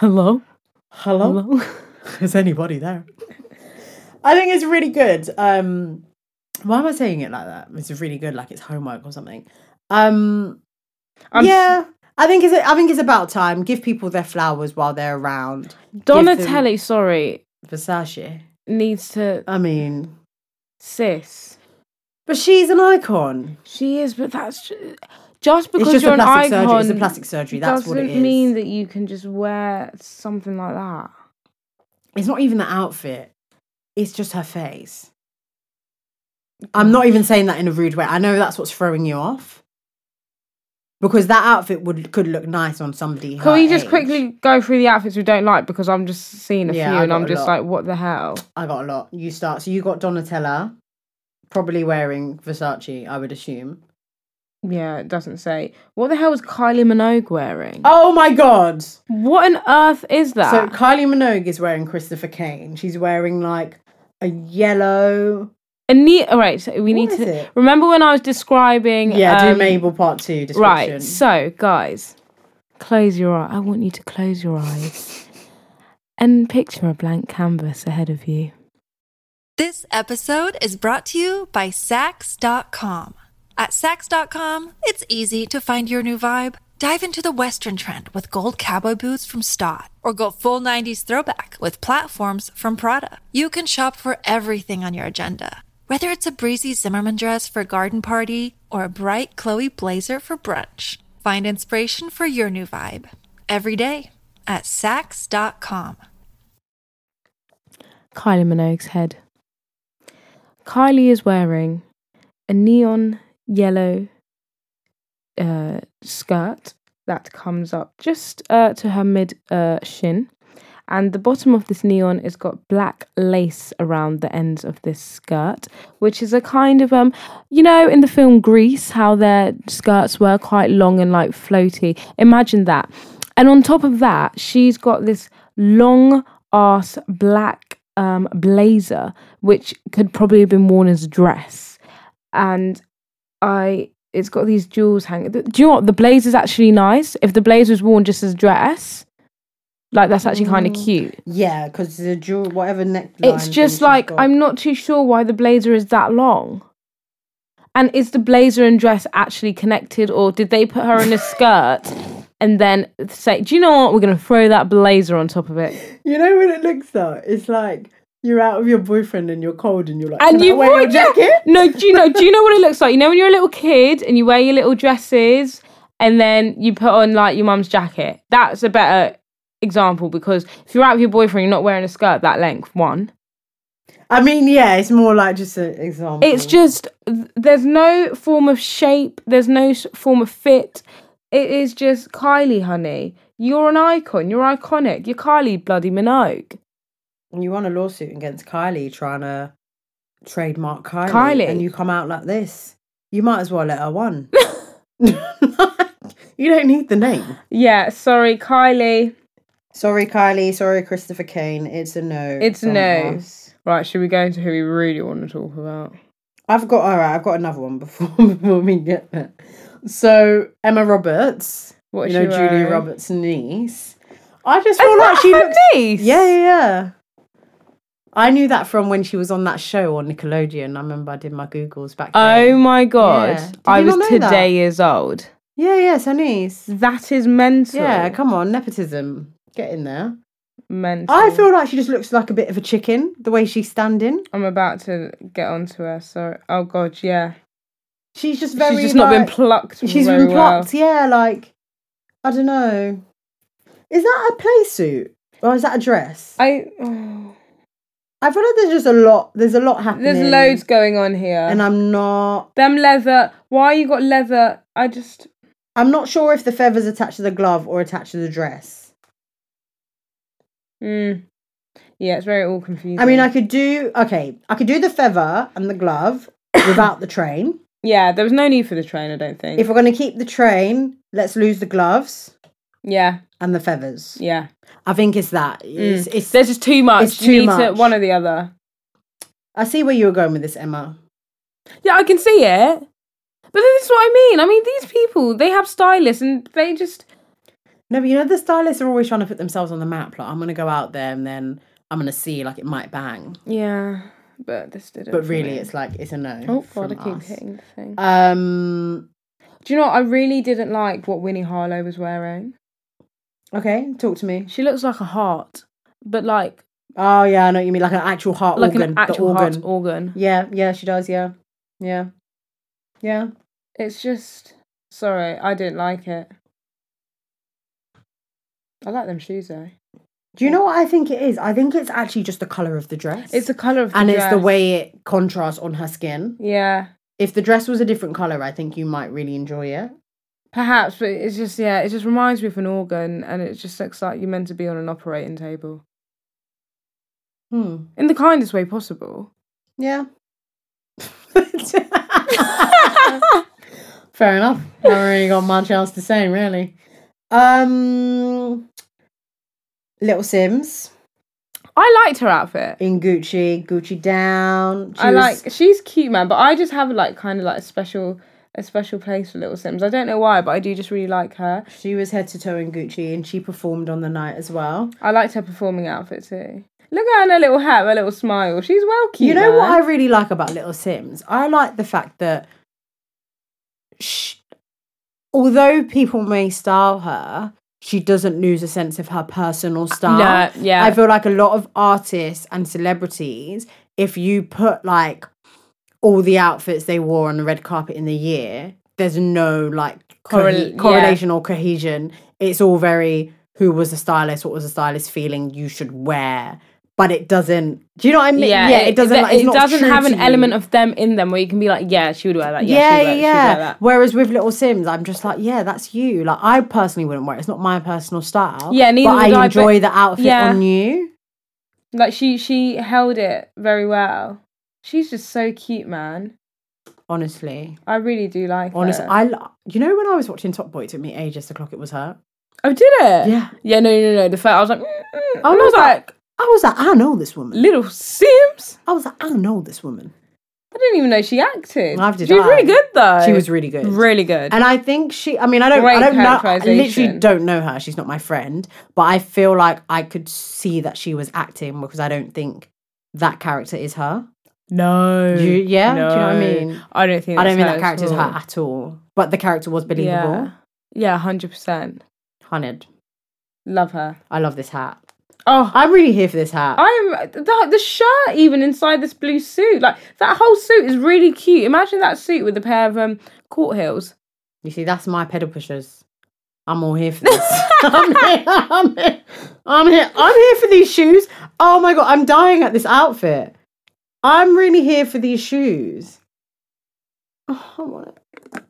Speaker 1: Hello.
Speaker 2: hello, is anybody there? I think it's really good. Um, why am I saying it like that? It's really good, like it's homework or something. Um,
Speaker 1: I'm s-
Speaker 2: yeah. I think it's I think it's about time. Give people their flowers while they're around.
Speaker 1: Donatelli. Sorry,
Speaker 2: Versace.
Speaker 1: needs to
Speaker 2: I mean,
Speaker 1: sis.
Speaker 2: but she's an icon.
Speaker 1: She is, but that's. ju- Do just
Speaker 2: It's
Speaker 1: because
Speaker 2: just
Speaker 1: you're
Speaker 2: a
Speaker 1: an
Speaker 2: plastic
Speaker 1: icon
Speaker 2: surgery. It's a plastic surgery. That's what it is.
Speaker 1: doesn't mean that you can just wear something like that.
Speaker 2: it's not even the outfit. It's just her face. I'm not even saying that in a rude way. I know that's what's throwing you off. Because that outfit would could look nice on somebody. her
Speaker 1: Can we just
Speaker 2: age.
Speaker 1: quickly go through the outfits we don't like because I'm just seeing a
Speaker 2: Yeah,
Speaker 1: few
Speaker 2: I
Speaker 1: and
Speaker 2: got
Speaker 1: I'm
Speaker 2: a
Speaker 1: just
Speaker 2: lot.
Speaker 1: like, what the hell?
Speaker 2: I got a lot. You start. So you got Donatella, probably wearing Versace, I would assume.
Speaker 1: Yeah, it doesn't say. What the hell is Kylie Minogue wearing?
Speaker 2: Oh my god!
Speaker 1: What on earth is
Speaker 2: So
Speaker 1: that?
Speaker 2: Kylie Minogue is wearing Christopher Kane. She's wearing like a yellow.
Speaker 1: Anita, all right, so we
Speaker 2: What
Speaker 1: need
Speaker 2: is
Speaker 1: to
Speaker 2: it?
Speaker 1: remember when I was describing.
Speaker 2: Yeah, do
Speaker 1: um,
Speaker 2: Mabel part two description.
Speaker 1: Right, so guys, close your eye. I want you to close your eyes and picture a blank canvas ahead of you.
Speaker 4: This episode is brought to you by Sax.com. At Sax.com, it's easy to find your new vibe. Dive into the Western trend with gold cowboy boots from Stott, or go full 90s throwback with platforms from Prada. You can shop for everything on your agenda, whether it's a breezy Zimmerman dress for a garden party or a bright Chloe blazer for brunch. Find inspiration for your new vibe every day at Sax.com.
Speaker 1: Kylie Minogue's head. Kylie is wearing a neon yellow uh, skirt that comes up just uh, to her mid uh, shin. And the bottom of this neon has got black lace around the ends of this skirt, which is a kind of um, you know, in the film Grease, how their skirts were quite long and like floaty. Imagine that. And on top of that, she's got this long ass black um, blazer, which could probably have been worn as a dress. And I, it's got these jewels hanging. Do you know what? The blazer's actually nice. If the blazer was worn just as a dress, like that's actually kind of cute.
Speaker 2: Yeah, because the jewel, whatever neckline.
Speaker 1: It's
Speaker 2: thing
Speaker 1: just
Speaker 2: she's
Speaker 1: like
Speaker 2: got.
Speaker 1: I'm not too sure why the blazer is that long. And is the blazer and dress actually connected, or did they put her in a skirt and then say, "Do you know what? We're going to throw that blazer on top of it."
Speaker 2: You know when it looks though, it's like you're out with your boyfriend and you're cold and you're like,
Speaker 1: And
Speaker 2: "Can I
Speaker 1: you
Speaker 2: wear your
Speaker 1: bought- yeah.
Speaker 2: jacket.
Speaker 1: No, do you know? Do you know what it looks like? You know when you're a little kid and you wear your little dresses and then you put on like your mum's jacket. That's a better example because if you're out with your boyfriend, you're not wearing a skirt that length. One.
Speaker 2: I mean, yeah, it's more like just an example.
Speaker 1: It's just th- there's no form of shape. There's no s- form of fit. It is just Kylie, honey. You're an icon. You're iconic. You're Kylie bloody Minogue.
Speaker 2: And you won a lawsuit against Kylie trying to trademark Kylie,
Speaker 1: Kylie.
Speaker 2: and you come out like this. You might as well let her won. you don't need the name.
Speaker 1: Yeah, sorry, Kylie.
Speaker 2: Sorry, Kylie. Sorry, Christopher Kane. It's a no.
Speaker 1: It's a
Speaker 2: from
Speaker 1: no.
Speaker 2: us.
Speaker 1: Right, should we go into who we really want to talk about?
Speaker 2: I've got all right. I've got another one before before we get there. So Emma Roberts,
Speaker 1: What is
Speaker 2: you know
Speaker 1: she
Speaker 2: Julia
Speaker 1: wearing?
Speaker 2: Roberts' niece. I just feel
Speaker 1: Is
Speaker 2: like
Speaker 1: that
Speaker 2: she
Speaker 1: her
Speaker 2: looks.
Speaker 1: niece?
Speaker 2: Yeah, yeah, yeah. I knew that from when she was on that show on Nickelodeon. I remember I did my googles back then.
Speaker 1: Oh my god!
Speaker 2: Yeah. Did
Speaker 1: I
Speaker 2: you
Speaker 1: was
Speaker 2: not know
Speaker 1: today
Speaker 2: that?
Speaker 1: years old.
Speaker 2: yeah, yeah, it's her niece.
Speaker 1: That is mental.
Speaker 2: Yeah, come on, nepotism, get in there.
Speaker 1: mental.
Speaker 2: I feel like she just looks like a bit of a chicken the way she's standing.
Speaker 1: I'm about to get onto her. Sorry. Oh god, yeah.
Speaker 2: She's just very.
Speaker 1: She's just not
Speaker 2: like-
Speaker 1: been plucked.
Speaker 2: She's
Speaker 1: very
Speaker 2: been
Speaker 1: well.
Speaker 2: plucked, yeah, like I don't know. Is that a play suit? Or is that a dress? I,
Speaker 1: I
Speaker 2: feel like there's just a lot there's a lot happening.
Speaker 1: there's loads going on here.
Speaker 2: and I'm not
Speaker 1: Them leather. Why you got leather? I just
Speaker 2: I'm not sure if the feathers attached to the glove or attached to the dress.
Speaker 1: mm. yeah, it's very all confusing.
Speaker 2: I mean I could do okay, I could do the feather and the glove without the train.
Speaker 1: yeah, there was no need for the train. I don't think.
Speaker 2: If we're gonna keep the train, let's lose the gloves
Speaker 1: yeah,
Speaker 2: and the feathers.
Speaker 1: yeah.
Speaker 2: I think it's that. It's, it's
Speaker 1: Mm. There's just too much.
Speaker 2: It's
Speaker 1: you
Speaker 2: too
Speaker 1: need to
Speaker 2: much.
Speaker 1: one or the other.
Speaker 2: I see where you were going with this, Emma.
Speaker 1: Yeah, I can see it. But this is what I mean. I mean, these people they have stylists and they just
Speaker 2: No, but you know the stylists are always trying to put themselves on the map. Like I'm gonna go out there and then I'm gonna see like it might bang,
Speaker 1: yeah. But this didn't.
Speaker 2: but
Speaker 1: for
Speaker 2: really
Speaker 1: me.
Speaker 2: it's like it's a no.
Speaker 1: oh god, I
Speaker 2: from
Speaker 1: keep
Speaker 2: us.
Speaker 1: hitting the thing.
Speaker 2: Um.
Speaker 1: Do you know what? I really didn't like what Winnie Harlow was wearing.
Speaker 2: Okay, talk to me.
Speaker 1: She looks like a heart, but like
Speaker 2: Oh yeah, I know what you mean like an actual heart
Speaker 1: like
Speaker 2: organ.
Speaker 1: an
Speaker 2: the
Speaker 1: actual
Speaker 2: organ.
Speaker 1: heart organ.
Speaker 2: Yeah, yeah, she does. Yeah, yeah, yeah.
Speaker 1: It's just Sorry, I didn't like it. I like them shoes though.
Speaker 2: Do you know what I think it is? I think it's actually just the color of the dress.
Speaker 1: It's the color of the
Speaker 2: and it's the
Speaker 1: dress.
Speaker 2: way it contrasts on her skin.
Speaker 1: Yeah,
Speaker 2: If the dress was a different color, I think you might really enjoy it.
Speaker 1: perhaps, but it's just yeah, it just reminds me of an organ, and it just looks like you're meant to be on an operating table
Speaker 2: Hmm.
Speaker 1: in the kindest way possible.
Speaker 2: Yeah. Fair enough. I haven't really got much else to say, really. Um, Little Sims
Speaker 1: I liked her outfit.
Speaker 2: in Gucci, Gucci down. She
Speaker 1: I
Speaker 2: was-
Speaker 1: like she's cute, man, but I just have like kind of like a special a special place for Little Sims. I don't know why, but I do just really like her.
Speaker 2: She was head to toe in Gucci, and she performed on the night as well.
Speaker 1: I liked her performing outfit too. Look at her in her little hat, her little smile. She's well cute.
Speaker 2: You know what I
Speaker 1: man.
Speaker 2: really like about Little Sims? I like the fact that, sh although people may style her, she doesn't lose a sense of her personal style.
Speaker 1: No, yeah.
Speaker 2: I feel like a lot of artists and celebrities, if you put like all the outfits they wore on the red carpet in the year, there's no like co-
Speaker 1: Correl- yeah.
Speaker 2: correlation or cohesion. It's all very who was the stylist, what was the stylist feeling you should wear, but it doesn't. Do you know what I mean?
Speaker 1: yeah, it,
Speaker 2: it doesn't.
Speaker 1: It,
Speaker 2: like, it's not
Speaker 1: doesn't
Speaker 2: true
Speaker 1: have
Speaker 2: to
Speaker 1: an
Speaker 2: you.
Speaker 1: element of them in them where you can be like, yeah, she would wear that.
Speaker 2: Yeah,
Speaker 1: Yeah,
Speaker 2: yeah,
Speaker 1: she would wear, She'd wear
Speaker 2: yeah.
Speaker 1: that.
Speaker 2: Whereas with Little Sims, I'm just like, yeah, that's you. Like, I personally wouldn't wear it. It's not my personal style.
Speaker 1: Yeah, neither
Speaker 2: But
Speaker 1: would I,
Speaker 2: I
Speaker 1: but-
Speaker 2: enjoy the outfit
Speaker 1: yeah.
Speaker 2: on you.
Speaker 1: Like she she held it very well. She's just so cute, man.
Speaker 2: Honestly,
Speaker 1: I really do like
Speaker 2: honestly,
Speaker 1: her.
Speaker 2: I. lo- You know when I was watching Top Boy, it took me ages to clock it was her.
Speaker 1: oh, did it?
Speaker 2: Yeah.
Speaker 1: Yeah, no, no, no. The first, I was like, mm, mm. I
Speaker 2: Oh, no,
Speaker 1: was
Speaker 2: but-
Speaker 1: like,
Speaker 2: I was like, I know this woman.
Speaker 1: Little Sims?
Speaker 2: I was like, I know this woman.
Speaker 1: I didn't even know she acted.
Speaker 2: Neither did
Speaker 1: she was
Speaker 2: I.
Speaker 1: really good, though.
Speaker 2: She was really good.
Speaker 1: really good.
Speaker 2: And I think she. I mean, I don't. I
Speaker 1: Great
Speaker 2: don't know. I literally
Speaker 1: characterization.
Speaker 2: don't know her. She's not my friend. But I feel like I could see that she was acting because I don't think that character is her.
Speaker 1: no.
Speaker 2: You- yeah. Do you know what I
Speaker 1: Mm, No.
Speaker 2: mean?
Speaker 1: I don't think
Speaker 2: I don't
Speaker 1: that's
Speaker 2: mean that
Speaker 1: at
Speaker 2: character is her
Speaker 1: all.
Speaker 2: at all. But the character was believable.
Speaker 1: Yeah. Yeah, 100%.
Speaker 2: Hunted.
Speaker 1: Love her.
Speaker 2: I love this hat.
Speaker 1: Oh,
Speaker 2: I'm really here for this hat.
Speaker 1: I'm the, the shirt even inside this blue suit. Like that whole suit is really cute. Imagine that suit with a pair of um court heels.
Speaker 2: You see, that's my pedal pushers. I'm all here for this. I'm, here, I'm here. I'm here. I'm here for these shoes. Oh my god, I'm dying at this outfit. I'm really here for these shoes. Oh, I want it.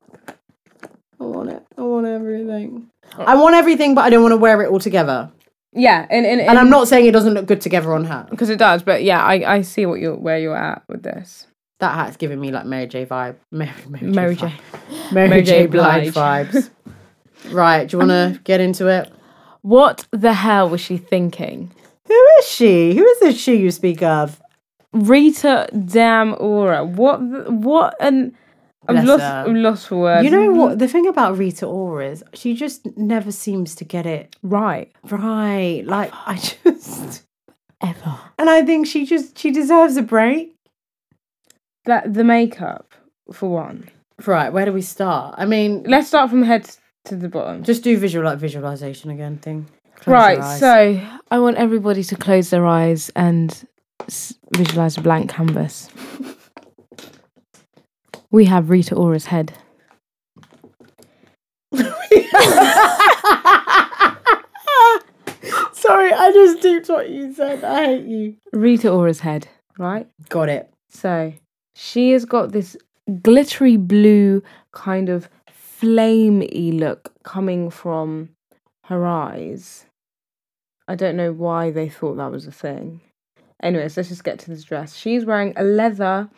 Speaker 2: I want it. I want everything. I want everything, but I don't want to wear it all together.
Speaker 1: Yeah, and and,
Speaker 2: And I'm not saying it doesn't look good together on her.
Speaker 1: because it does, but yeah, I, I see what you're where you're at with this.
Speaker 2: That hat's giving me like Mary J vibe. Mary, Mary,
Speaker 1: Mary
Speaker 2: J.
Speaker 1: J.
Speaker 2: vibe. Mary,
Speaker 1: Mary
Speaker 2: J.
Speaker 1: J.
Speaker 2: Blige Um,
Speaker 1: Blige.
Speaker 2: vibes. right, do you want to get into it?
Speaker 1: What the hell was she thinking?
Speaker 2: Who is she? Who is this she you speak of?
Speaker 1: Rita damn aura. What the, what an I'm
Speaker 2: Bless
Speaker 1: lost
Speaker 2: her.
Speaker 1: I'm lost for words.
Speaker 2: You know what? The thing about Rita Ora is she just never seems to get it
Speaker 1: right.
Speaker 2: right. Like I just,
Speaker 1: Ever.
Speaker 2: and I think she just she deserves a break.
Speaker 1: That the makeup for one.
Speaker 2: Right, where do we start? I mean,
Speaker 1: Let's start from head to the bottom.
Speaker 2: just do visual like visualization again thing. Close your
Speaker 1: Right,
Speaker 2: eyes.
Speaker 1: so I want everybody to close their eyes and visualize a blank canvas. We have Rita Ora's head.
Speaker 2: sorry, I just duped what you said. I hate you.
Speaker 1: Rita Ora's head, right?
Speaker 2: Got it.
Speaker 1: So she has got this glittery blue kind of flamey look coming from her eyes. I don't know why they thought that was a thing. Anyways, let's just get to this dress. She's wearing a leather.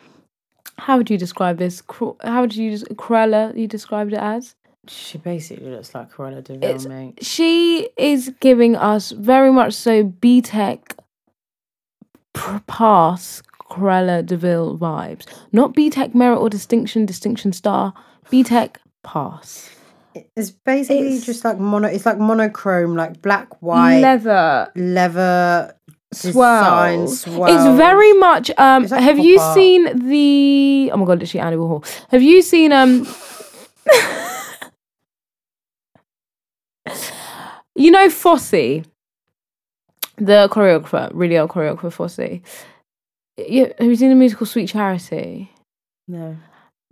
Speaker 1: How would you describe this? Cru- How would you des- Cruella? You described it as.
Speaker 2: She basically looks like Cruella de
Speaker 1: It's-
Speaker 2: Vil, mate.
Speaker 1: She is giving us very much so B Tech pr- pass Cruella Deville vibes. Not B Tech merit or distinction, distinction star, B Tech pass.
Speaker 2: It's basically
Speaker 1: It's-
Speaker 2: just like mono. It's like monochrome, like black, white,
Speaker 1: Leather
Speaker 2: leather
Speaker 1: swirl.
Speaker 2: design, swirl.
Speaker 1: It's very much um
Speaker 2: It's like
Speaker 1: have you
Speaker 2: proper-
Speaker 1: seen the oh my god, literally Animal Hall. Have you seen um You know Fossey, the choreographer, really old choreographer Fossey. You, have you seen the musical Sweet Charity?
Speaker 2: No.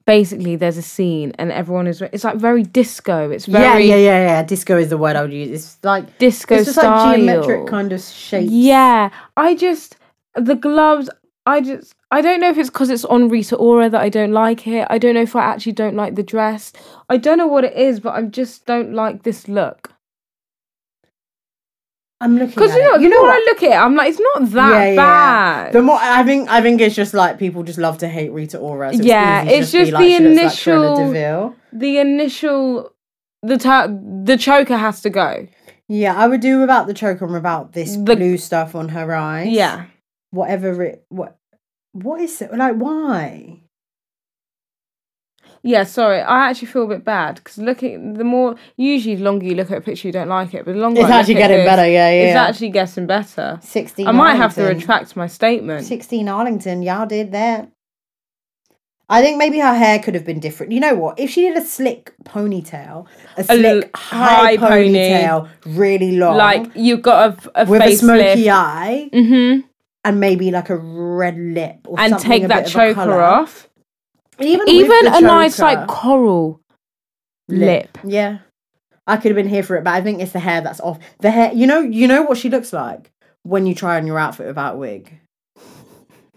Speaker 1: basically there's a scene and everyone is it's like very disco. It's
Speaker 2: Yeah,
Speaker 1: very
Speaker 2: yeah, yeah, yeah. Disco is the word I would use. It's like
Speaker 1: Disco
Speaker 2: It's just
Speaker 1: style.
Speaker 2: like geometric kind of shape.
Speaker 1: Yeah, I just the gloves. I just I don't know if it's because it's on Rita Ora that I don't like it. I don't know if I actually don't like the dress. I don't know what it is, but I just don't like this look.
Speaker 2: I'm looking
Speaker 1: Because
Speaker 2: at
Speaker 1: you know,
Speaker 2: it.
Speaker 1: you know when I look at it, I'm like, it's not that bad.
Speaker 2: The more I think, I think it's just like people just love to hate Rita Ora. So
Speaker 1: Yeah,
Speaker 2: it's, easy to
Speaker 1: it's
Speaker 2: be
Speaker 1: just the
Speaker 2: like, she looks like Cruella de
Speaker 1: initial-
Speaker 2: Vil.
Speaker 1: the initial, the tu- the choker has to go.
Speaker 2: Yeah, I would do without the choker and without this
Speaker 1: The-
Speaker 2: blue stuff on her eyes.
Speaker 1: Yeah,
Speaker 2: whatever it what what is it like? Why?
Speaker 1: yeah. Sorry, I actually feel a bit bad because looking the more usually the longer you look at a picture, you don't like it, but the longer
Speaker 2: It's
Speaker 1: I look
Speaker 2: actually
Speaker 1: at
Speaker 2: getting
Speaker 1: this,
Speaker 2: better, yeah, yeah,
Speaker 1: It's
Speaker 2: yeah.
Speaker 1: actually getting better.
Speaker 2: Sixteen.
Speaker 1: I might have to
Speaker 2: Arlington.
Speaker 1: retract my statement.
Speaker 2: Sixteen Arlington. Y'all did that. I think maybe her hair could have been different. You know what? If she did a slick ponytail, a slick
Speaker 1: l-
Speaker 2: high,
Speaker 1: high pony.
Speaker 2: ponytail, really long,
Speaker 1: Like you've got a, a
Speaker 2: with a
Speaker 1: facelift.
Speaker 2: smoky eye,
Speaker 1: Mhm.
Speaker 2: and maybe like a red lip, or
Speaker 1: and
Speaker 2: something, a
Speaker 1: take that
Speaker 2: bit of a
Speaker 1: choker
Speaker 2: colour.
Speaker 1: off.
Speaker 2: Even,
Speaker 1: Even
Speaker 2: with the
Speaker 1: a nice
Speaker 2: choker,
Speaker 1: like coral lip.
Speaker 2: Yeah, I could have been here for it, but I think it's the hair that's off. The hair, you know, you know what she looks like when you try on your outfit without a wig.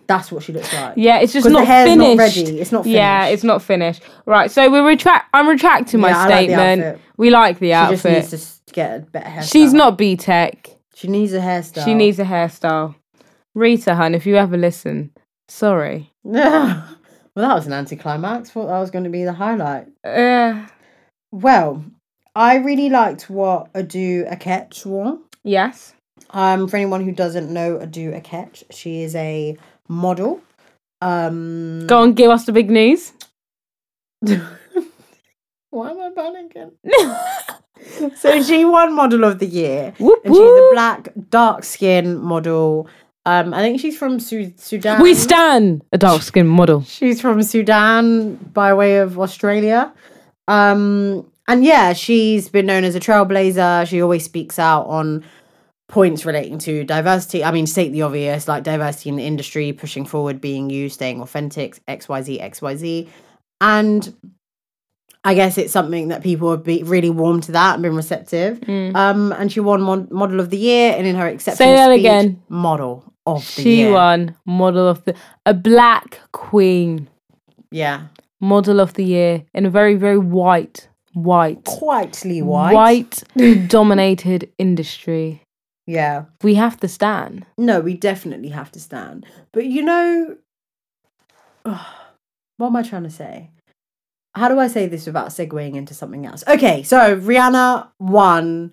Speaker 2: That's what she looks like.
Speaker 1: Yeah, it's just
Speaker 2: 'Cause the
Speaker 1: not
Speaker 2: hair's not
Speaker 1: finished.
Speaker 2: ready. It's not
Speaker 1: Yeah,
Speaker 2: finished.
Speaker 1: it's not finished. Right, so we're retract. I'm retracting my
Speaker 2: Yeah, I like the
Speaker 1: statement.
Speaker 2: outfit.
Speaker 1: we like the
Speaker 2: She just needs
Speaker 1: outfit.
Speaker 2: to s- get a better hairstyle.
Speaker 1: She's not B Tech.
Speaker 2: She needs a hairstyle.
Speaker 1: She needs a hairstyle. Rita, hun, if you ever listen, sorry.
Speaker 2: well, that was an anticlimax. Thought that was going to be the highlight.
Speaker 1: Uh,
Speaker 2: Well, I really liked what Adu Aketch wore.
Speaker 1: yes.
Speaker 2: Um, for anyone who doesn't know Adu Aketch, she is a model. Um,
Speaker 1: Go on, give us the big news.
Speaker 2: Why am I panicking? so she won Model of the Year.
Speaker 1: Whoop,
Speaker 2: and she's a
Speaker 1: whoop.
Speaker 2: black, dark skinned model. Um, I think she's from Su- Sudan.
Speaker 1: We stand a dark skin model.
Speaker 2: she's from Sudan by way of Australia. Um, and yeah, she's been known as a trailblazer. She always speaks out on points relating to diversity. I mean, state the obvious, like diversity in the industry, pushing forward, being you, staying authentic, XYZ, XYZ. And I guess it's something that people have been really warm to that and been receptive.
Speaker 1: Mm-hmm. Mm.
Speaker 2: Um, and she won mod- Model of the Year, and in her acceptance
Speaker 1: Say that
Speaker 2: speech,
Speaker 1: again.
Speaker 2: Model of the
Speaker 1: She
Speaker 2: Year.
Speaker 1: won model of the a black queen
Speaker 2: Yeah,
Speaker 1: model of the year in a very very white white
Speaker 2: quietly
Speaker 1: white dominated industry.
Speaker 2: Yeah.
Speaker 1: We have to stand.
Speaker 2: No, we definitely have to stand. But you know, what am I trying to say? How do I say this without segueing into something else? Okay, so Rihanna won.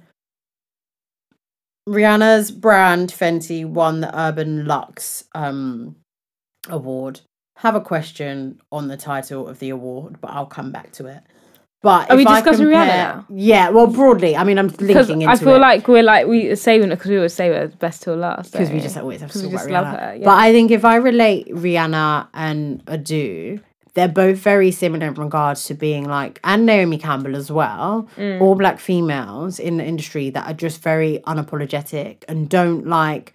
Speaker 2: Rihanna's brand Fenty won the Urban Lux um, award. Have a question on the title of the award, but I'll come back to it. But
Speaker 1: Are
Speaker 2: if
Speaker 1: we
Speaker 2: I
Speaker 1: discussing Rihanna
Speaker 2: compare-
Speaker 1: now?
Speaker 2: Yeah, well, broadly. I mean, I'm
Speaker 1: Because
Speaker 2: linking into
Speaker 1: I feel
Speaker 2: it.
Speaker 1: like we're like we are saving it because we always save it best till last.
Speaker 2: because
Speaker 1: don't
Speaker 2: we just always have to
Speaker 1: 'Cause
Speaker 2: talk
Speaker 1: we
Speaker 2: about
Speaker 1: just
Speaker 2: Rihanna.
Speaker 1: love her. Yeah.
Speaker 2: But I think if I relate Rihanna and Adu, they're both very similar in regards to being like, and Naomi Campbell as well,
Speaker 1: Mm.
Speaker 2: all black females in the industry that are just very unapologetic and don't like.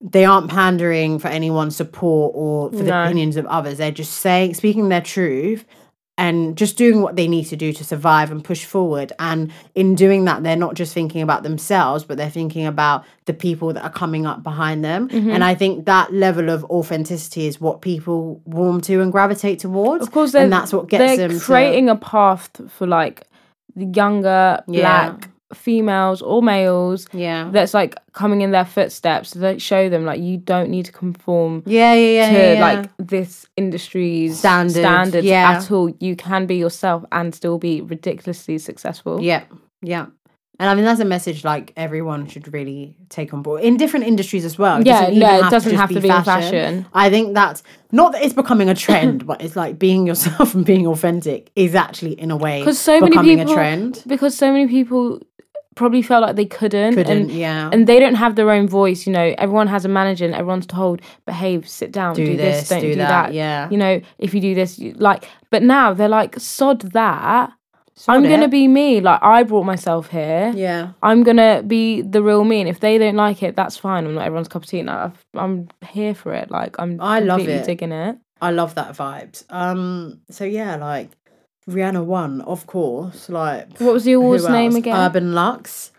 Speaker 2: They aren't pandering for anyone's support or for the
Speaker 1: No.
Speaker 2: opinions of others. They're just saying, speaking their truth, and just doing what they need to do to survive and push forward. And in doing that, they're not just thinking about themselves, but they're thinking about the people that are coming up behind them.
Speaker 1: Mm-hmm.
Speaker 2: And I think that level of authenticity is what people warm to and gravitate towards.
Speaker 1: of course,
Speaker 2: and
Speaker 1: they're-
Speaker 2: that's what gets
Speaker 1: they're
Speaker 2: them
Speaker 1: creating a path for like the younger
Speaker 2: Yeah.
Speaker 1: black females or males.
Speaker 2: To, yeah.
Speaker 1: That's like coming in their footsteps to like, show them like you don't need to conform
Speaker 2: yeah, yeah, yeah,
Speaker 1: to
Speaker 2: yeah, yeah.
Speaker 1: like this industry's
Speaker 2: Standards,
Speaker 1: standards
Speaker 2: yeah.
Speaker 1: at all. You can be yourself and still be ridiculously successful.
Speaker 2: Yeah, yeah. And I mean, that's a message like everyone should really take on board in different industries as well.
Speaker 1: Yeah,
Speaker 2: even
Speaker 1: no, it
Speaker 2: have
Speaker 1: doesn't
Speaker 2: just
Speaker 1: have to be in fashion.
Speaker 2: I think that's not that it's becoming a trend, but it's like being yourself and being authentic is actually, in a way,
Speaker 1: because so many
Speaker 2: becoming
Speaker 1: people
Speaker 2: a trend.
Speaker 1: because so many people probably felt like they couldn't,
Speaker 2: Couldn't,
Speaker 1: and
Speaker 2: yeah.
Speaker 1: and they don't have their own voice you know everyone has a manager and everyone's told behave sit down do, this, don't do, that.
Speaker 2: yeah.
Speaker 1: you know if you do this you, like but now they're like sod that i'm
Speaker 2: Sod
Speaker 1: gonna
Speaker 2: it.
Speaker 1: be me like i brought myself here
Speaker 2: yeah.
Speaker 1: i'm gonna be the real me and if they don't like it that's fine i'm not everyone's cup of tea and I've, i'm here for it like i'm
Speaker 2: I love
Speaker 1: completely
Speaker 2: it.
Speaker 1: digging it
Speaker 2: I love that vibes. Um, so yeah, like Rihanna won, of course. Like
Speaker 1: What was the
Speaker 2: who
Speaker 1: award's name
Speaker 2: else?
Speaker 1: again?
Speaker 2: Urban Lux.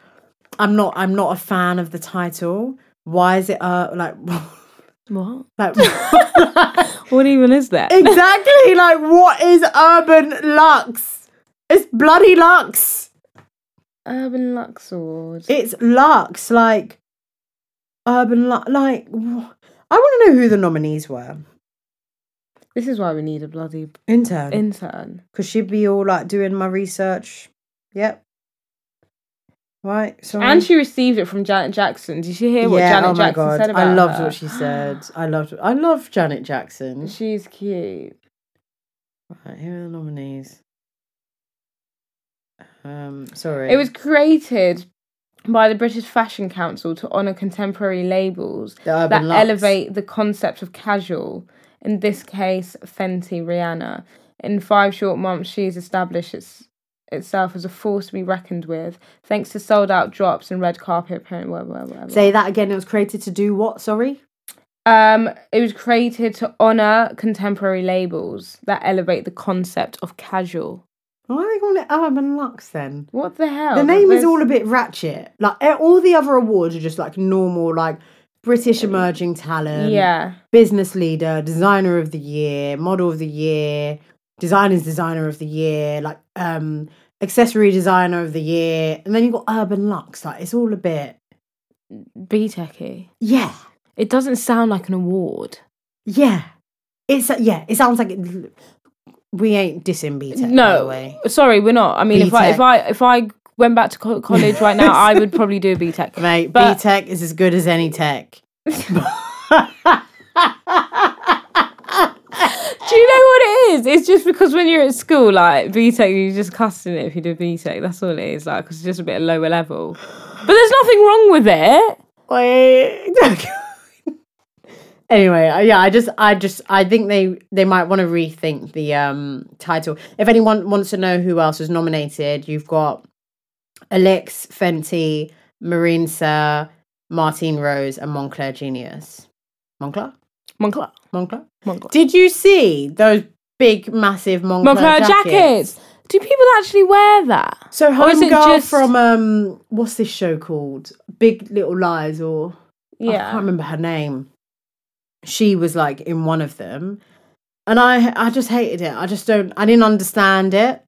Speaker 2: I'm not. I'm not a fan of the title. Why is it? Uh, like,
Speaker 1: What?
Speaker 2: like
Speaker 1: What even is that?
Speaker 2: exactly. Like, what is Urban Lux? It's bloody Lux.
Speaker 1: Urban Lux Award.
Speaker 2: It's Lux. Like, Urban Lux. Like, wh- I want to know who the nominees were.
Speaker 1: This is why we need a bloody
Speaker 2: Intern.
Speaker 1: intern.
Speaker 2: Because she'd be all like doing my research. Yep. Right. So oh
Speaker 1: And she received it from Janet Jackson. Did you hear what Janet Jackson said about
Speaker 2: I loved
Speaker 1: her?
Speaker 2: what she said. I loved. I love Janet Jackson.
Speaker 1: She's cute.
Speaker 2: Right, here are the nominees. Um, sorry.
Speaker 1: It was created by the British Fashion Council to honour contemporary labels
Speaker 2: The Urban
Speaker 1: that
Speaker 2: Lux.
Speaker 1: elevate the concept of casual. In this case, Fenty Rihanna. In five short months, she has established its, itself as a force to be reckoned with, thanks to sold out drops and red carpet appearance. Blah, blah, blah, blah.
Speaker 2: Say that again. It was created to do what? Sorry.
Speaker 1: Um, it was created to honour contemporary labels that elevate the concept of casual.
Speaker 2: Why are they calling it Urban Lux then?
Speaker 1: What the hell?
Speaker 2: the name
Speaker 1: Oh, There's-
Speaker 2: is all a bit ratchet. Like eh, all the other awards are just like normal, like British emerging talent.
Speaker 1: yeah.
Speaker 2: business leader, designer of the year, model of the year, designer's designer of the year, like um accessory designer of the year, and then you've got Urban Lux. Like it's all a bit
Speaker 1: B techie.
Speaker 2: yeah,
Speaker 1: It doesn't sound like an award.
Speaker 2: yeah. It's yeah. It sounds like it, we ain't dissing BTEC. by the
Speaker 1: No,
Speaker 2: way.
Speaker 1: sorry, we're not. I mean, if I if I if I went back to co- college right now, I would probably do a B tech.
Speaker 2: mate,
Speaker 1: But-
Speaker 2: BTEC is as good as any tech.
Speaker 1: Do you know what it is? It's just because when you're at school, like B tech, you're just cussing it if you do B tech. That's all it is, like, 'cause it's just a bit lower level. But there's nothing wrong with it.
Speaker 2: Wait. anyway, uh, yeah, I just, I just, I think they they might want to rethink the um title. If anyone wants to know who else was nominated, you've got Alex Fenty, Marine Sir, Martine Rose, and Montclair Genius. Montclair,
Speaker 1: Moncler.
Speaker 2: Montclair.
Speaker 1: Moncler.
Speaker 2: Did you see those big, massive Montclair,
Speaker 1: Moncler jackets.
Speaker 2: jackets?
Speaker 1: Do people actually wear that?
Speaker 2: So
Speaker 1: Or is it
Speaker 2: homegirl
Speaker 1: just-
Speaker 2: from um, what's this show called? Big Little Lies, or oh, I can't
Speaker 1: Yeah.
Speaker 2: remember her name. She was like in one of them, and I I just hated it. I just don't. I didn't understand it,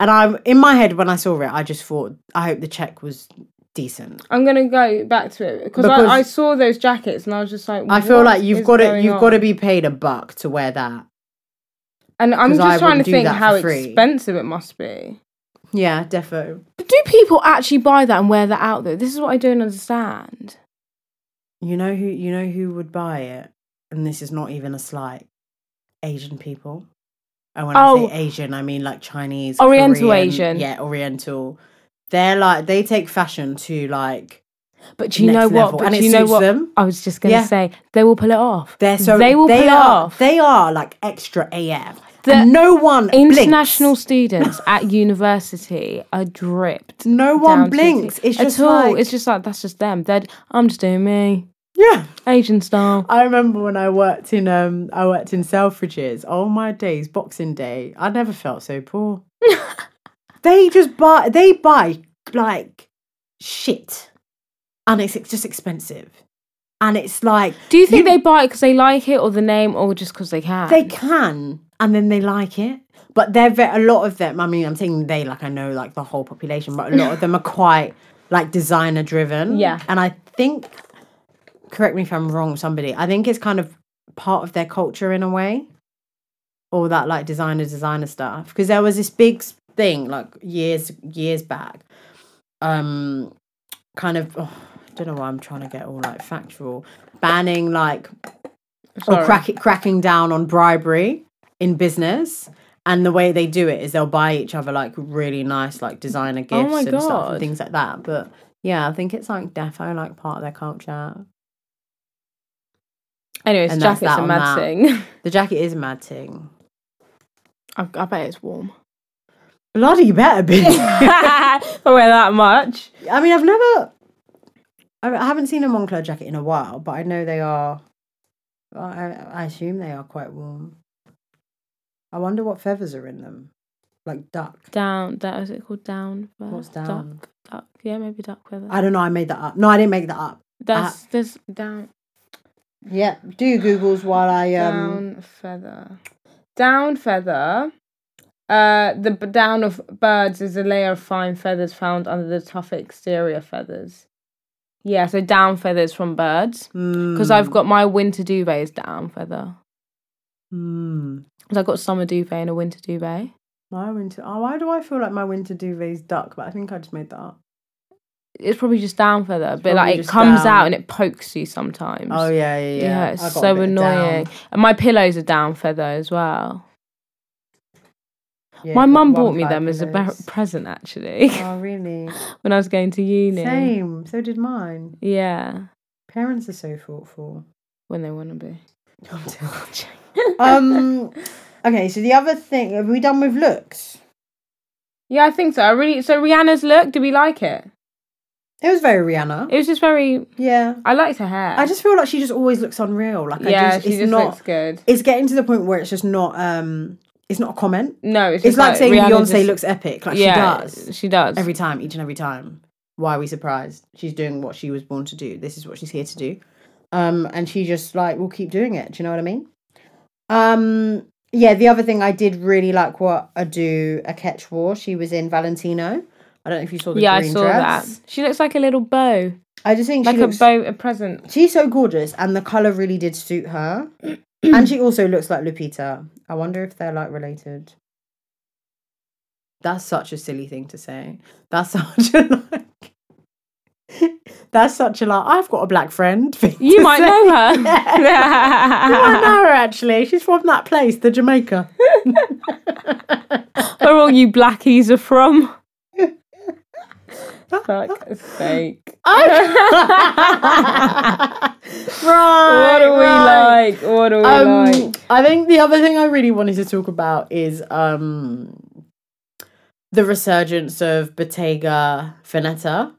Speaker 2: and I in my head when I saw it, I just thought, I hope the check was decent.
Speaker 1: I'm gonna go back to it because
Speaker 2: Because-
Speaker 1: I, I saw those jackets and I was just like,
Speaker 2: I feel
Speaker 1: what
Speaker 2: like you've
Speaker 1: is
Speaker 2: got to
Speaker 1: going
Speaker 2: you've
Speaker 1: on?
Speaker 2: got to be paid a buck to wear that.
Speaker 1: And I'm
Speaker 2: 'cause
Speaker 1: just
Speaker 2: I
Speaker 1: trying to
Speaker 2: wouldn't do
Speaker 1: think
Speaker 2: that for
Speaker 1: how
Speaker 2: free.
Speaker 1: expensive it must be.
Speaker 2: Yeah, defo.
Speaker 1: But do people actually buy that and wear that out though? This is what I don't understand.
Speaker 2: You know who you know who would buy it, and this is not even a slight. Asian people. And when I
Speaker 1: Oh.
Speaker 2: say Asian, I mean like Chinese,
Speaker 1: Oriental
Speaker 2: Korean,
Speaker 1: Asian.
Speaker 2: yeah, Oriental. They're like they take fashion to like
Speaker 1: But do you
Speaker 2: Next
Speaker 1: know what?
Speaker 2: level.
Speaker 1: But
Speaker 2: And
Speaker 1: do
Speaker 2: it
Speaker 1: you know
Speaker 2: suits
Speaker 1: what?
Speaker 2: them.
Speaker 1: I was just gonna
Speaker 2: Yeah.
Speaker 1: say they will pull it off.
Speaker 2: they're so
Speaker 1: they will pull
Speaker 2: are,
Speaker 1: it off.
Speaker 2: They are like extra AF.
Speaker 1: The
Speaker 2: and no one
Speaker 1: International
Speaker 2: blinks.
Speaker 1: students at university are dripped.
Speaker 2: No one
Speaker 1: down to the teeth.
Speaker 2: blinks. It's
Speaker 1: At
Speaker 2: just
Speaker 1: all.
Speaker 2: like-
Speaker 1: it's just like that's just them. They're I'm just doing me.
Speaker 2: Yeah.
Speaker 1: Asian style.
Speaker 2: I remember when I worked in um I worked in Selfridges. Oh my days, Boxing Day. I never felt so poor. they just buy they buy like shit. And it's just expensive. And it's like
Speaker 1: Do you think
Speaker 2: You-
Speaker 1: they buy it because they like it or the name or just because they can?
Speaker 2: They can, and then they like it. But they're ve- a lot of them. I mean, I'm saying they like I know like the whole population, but a lot of them are quite like designer driven.
Speaker 1: Yeah.
Speaker 2: and I think, correct me if I'm wrong, somebody. I think it's kind of part of their culture in a way, all that like designer designer stuff. Because there was this big s- thing like years years back, um, kind of. oh, I don't know why I'm trying to get all like factual banning like or
Speaker 1: Sorry.
Speaker 2: crack, cracking down on bribery in business. And the way they do it is they'll buy each other like really nice like designer gifts
Speaker 1: Oh my
Speaker 2: and stuff
Speaker 1: God.
Speaker 2: and things like that. But yeah, I think it's like defo like part of their culture.
Speaker 1: Anyways,
Speaker 2: And that's
Speaker 1: jackets
Speaker 2: that
Speaker 1: are
Speaker 2: on
Speaker 1: mad
Speaker 2: that.
Speaker 1: thing.
Speaker 2: The jacket is a mad thing.
Speaker 1: I, I bet it's warm.
Speaker 2: Bloody better be.
Speaker 1: if I wear that much.
Speaker 2: I mean, I've never, I I haven't seen a Moncler jacket in a while, but I know they are I, I I assume they are quite warm. I wonder what feathers are in them, like duck.
Speaker 1: Down, that is it called down. feather?
Speaker 2: What's down?
Speaker 1: Duck, duck. Yeah, maybe duck feather.
Speaker 2: I don't know. I made that up. No, I didn't make that up.
Speaker 1: That's there's down,
Speaker 2: Yeah, do your googles while I um.
Speaker 1: down feather. Down feather. Uh, the b- down of birds is a layer of fine feathers found under the tough exterior feathers. Yeah, so down feathers from birds. Because I've got my winter duvet is down feather.
Speaker 2: Mm.
Speaker 1: 'Cause I've got summer duvet and a winter duvet.
Speaker 2: My winter. Oh, why do I feel like my winter duvet's duck? But I think I just made that up.
Speaker 1: It's probably just down feather, but
Speaker 2: probably
Speaker 1: like it
Speaker 2: just
Speaker 1: comes
Speaker 2: down.
Speaker 1: out and it pokes you sometimes.
Speaker 2: Oh yeah, yeah, yeah.
Speaker 1: yeah. it's
Speaker 2: I got a
Speaker 1: so
Speaker 2: bit of down.
Speaker 1: annoying. And my pillows are down feather as well.
Speaker 2: Yeah,
Speaker 1: my
Speaker 2: got one
Speaker 1: mum bought me
Speaker 2: bad
Speaker 1: them as a bar-
Speaker 2: pillows.
Speaker 1: present actually
Speaker 2: Oh really?
Speaker 1: when I was going to uni.
Speaker 2: Same. So did mine.
Speaker 1: Yeah,
Speaker 2: Parents are so thoughtful.
Speaker 1: when they want to be.
Speaker 2: um. Okay, so the other thing. Are we done with looks?
Speaker 1: Yeah, I think so. I really so Rihanna's look. Did we like it?
Speaker 2: It was very Rihanna.
Speaker 1: It was just very.
Speaker 2: yeah.
Speaker 1: I liked her hair.
Speaker 2: I just feel like she just always looks unreal. Like I
Speaker 1: yeah,
Speaker 2: just,
Speaker 1: she
Speaker 2: it's
Speaker 1: just
Speaker 2: not.
Speaker 1: looks good.
Speaker 2: It's getting to the point where it's just not. Um, it's not a comment.
Speaker 1: No, it's,
Speaker 2: It's
Speaker 1: just
Speaker 2: like, saying
Speaker 1: Rihanna
Speaker 2: Beyonce
Speaker 1: just-
Speaker 2: looks epic. Like
Speaker 1: yeah,
Speaker 2: she does
Speaker 1: She does.
Speaker 2: every time, each and every time. Why are we surprised? She's doing what she was born to do. This is what she's here to do. Um, and she just like will keep doing it. Do you know what I mean? Um, yeah. The other thing I did really like what I do a catch wore. She was in Valentino. I don't know if you saw the
Speaker 1: yeah, I
Speaker 2: green
Speaker 1: saw
Speaker 2: dress.
Speaker 1: that. She looks like a little bow,
Speaker 2: I just think
Speaker 1: like
Speaker 2: she looks
Speaker 1: a bow, a present.
Speaker 2: She's so gorgeous, and the color really did suit her. and she also looks like Lupita. I wonder if they're like related. That's such a silly thing to say. That's such a like. That's such a like. I've got a black friend. thing
Speaker 1: You
Speaker 2: to
Speaker 1: might
Speaker 2: say.
Speaker 1: know her.
Speaker 2: You might know her actually. She's from that place, the Jamaica.
Speaker 1: Where all you blackies are from. Fuck sake.
Speaker 2: right.
Speaker 1: What are we
Speaker 2: right.
Speaker 1: like? What are we
Speaker 2: um,
Speaker 1: like?
Speaker 2: I think the other thing I really wanted to talk about is um, the resurgence of Bottega Veneta.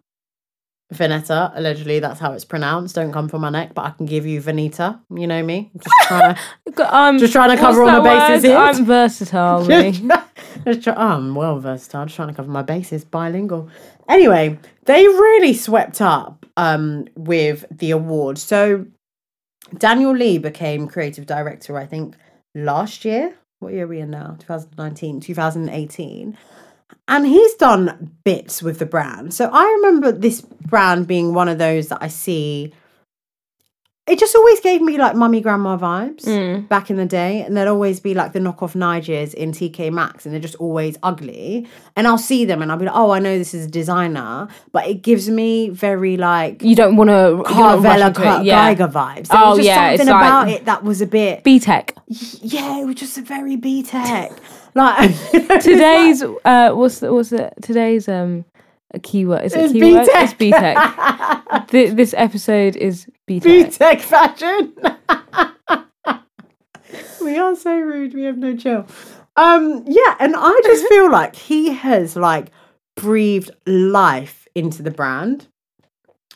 Speaker 2: Veneta, allegedly, that's how it's pronounced. Don't come for my neck, but I can give you Veneta. You know me. I'm Just trying to,
Speaker 1: G- Um,
Speaker 2: just trying to
Speaker 1: what's
Speaker 2: cover all
Speaker 1: that
Speaker 2: my bases
Speaker 1: word?
Speaker 2: here.
Speaker 1: I'm versatile.
Speaker 2: Just
Speaker 1: me.
Speaker 2: try- just try- oh, I'm well versatile. Just trying to cover my bases, bilingual. Anyway, they really swept up um, with the award. So Daniel Lee became creative director, I think, last year. What year are we in now? 2019, 2018. And he's done bits with the brand. So I remember this brand being one of those that I see. It just always gave me like mummy grandma vibes
Speaker 1: Mm.
Speaker 2: back in the day, and there'd always be like the knockoff Nigers in TK Maxx, and they're just always ugly. And I'll see them, and I'll be like, "Oh, I know this is a designer," but it gives me very like
Speaker 1: You don't want to.
Speaker 2: Carvella Car-
Speaker 1: yeah.
Speaker 2: Geiger vibes. There
Speaker 1: Oh,
Speaker 2: was just
Speaker 1: yeah, it's
Speaker 2: something
Speaker 1: like-
Speaker 2: about it that was a bit.
Speaker 1: B Tech.
Speaker 2: Yeah, it was just a very B tech. like
Speaker 1: Today's uh, what's the, what's the, today's um a keyword? Is it
Speaker 2: It's
Speaker 1: keyword?
Speaker 2: B-Tech.
Speaker 1: It's B Tech. Th- this episode is B
Speaker 2: B
Speaker 1: Tech.
Speaker 2: tech fashion. we are so rude. We have no chill. Um, yeah, and I just feel like he has like breathed life into the brand.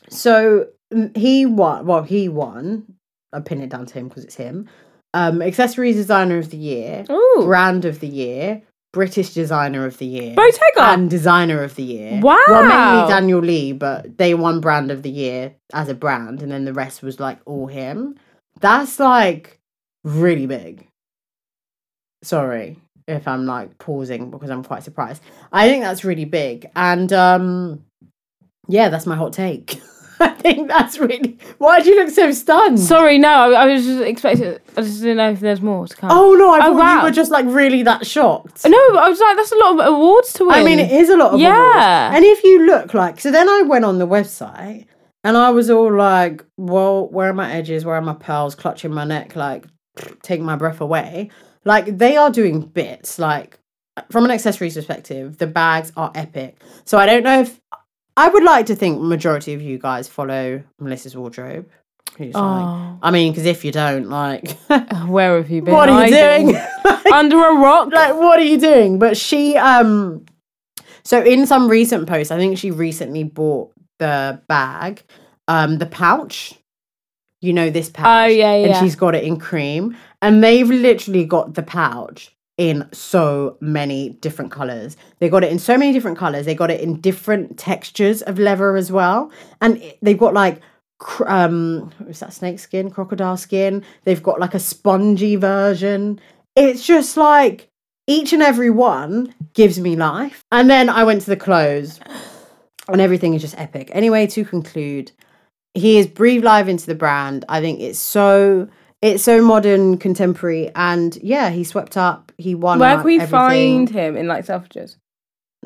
Speaker 2: So mm, he won. Well, he won. I pin it down to him because it's him. Um, accessories designer of the year,
Speaker 1: Ooh,
Speaker 2: brand of the year, British designer of the year,
Speaker 1: Bottega.
Speaker 2: and designer of the year.
Speaker 1: Wow.
Speaker 2: Well, mainly Daniel Lee, but they won brand of the year as a brand, and then the rest was like all him. That's like really big. Sorry if I'm like pausing because I'm quite surprised. I think that's really big, and um, yeah, that's my hot take. I think that's really. Why do you look so stunned?
Speaker 1: Sorry, no, I, I was just expecting. I just didn't know if there's more to come.
Speaker 2: oh no, I thought
Speaker 1: wow.
Speaker 2: you were just like really that shocked.
Speaker 1: no, I was like, that's a lot of awards to win.
Speaker 2: I mean, it is a lot of
Speaker 1: Yeah.
Speaker 2: awards. And if you look like, so then I went on the website and I was all like, well, where are my edges? Where are my pearls? Clutching my neck, like, take my breath away. Like, they are doing bits. Like, from an accessories perspective, the bags are epic. So I don't know if I would like to think majority of you guys follow Melissa's wardrobe. Who's like,
Speaker 1: Oh,
Speaker 2: I mean, because if you don't, like,
Speaker 1: where have you been?
Speaker 2: what are you
Speaker 1: hiding?
Speaker 2: doing?
Speaker 1: Under a rock.
Speaker 2: like what are you doing but she um so in some recent posts i think she recently bought the bag um the pouch you know this pouch.
Speaker 1: Oh, yeah,
Speaker 2: And
Speaker 1: yeah.
Speaker 2: she's got it in cream. And they've literally got the pouch in so many different colors. They got it in so many different colors. They got it in different textures of leather as well. And it- they've got like cr- um is that snake skin, crocodile skin. They've got like a spongy version. It's just like each and every one gives me life. And then I went to the clothes and everything is just epic. Anyway, to conclude, he has breathed life into the brand. I think it's so it's so modern, contemporary, and yeah, he swept up. He won.
Speaker 1: Where
Speaker 2: like,
Speaker 1: can we
Speaker 2: everything.
Speaker 1: find him in like Selfridges?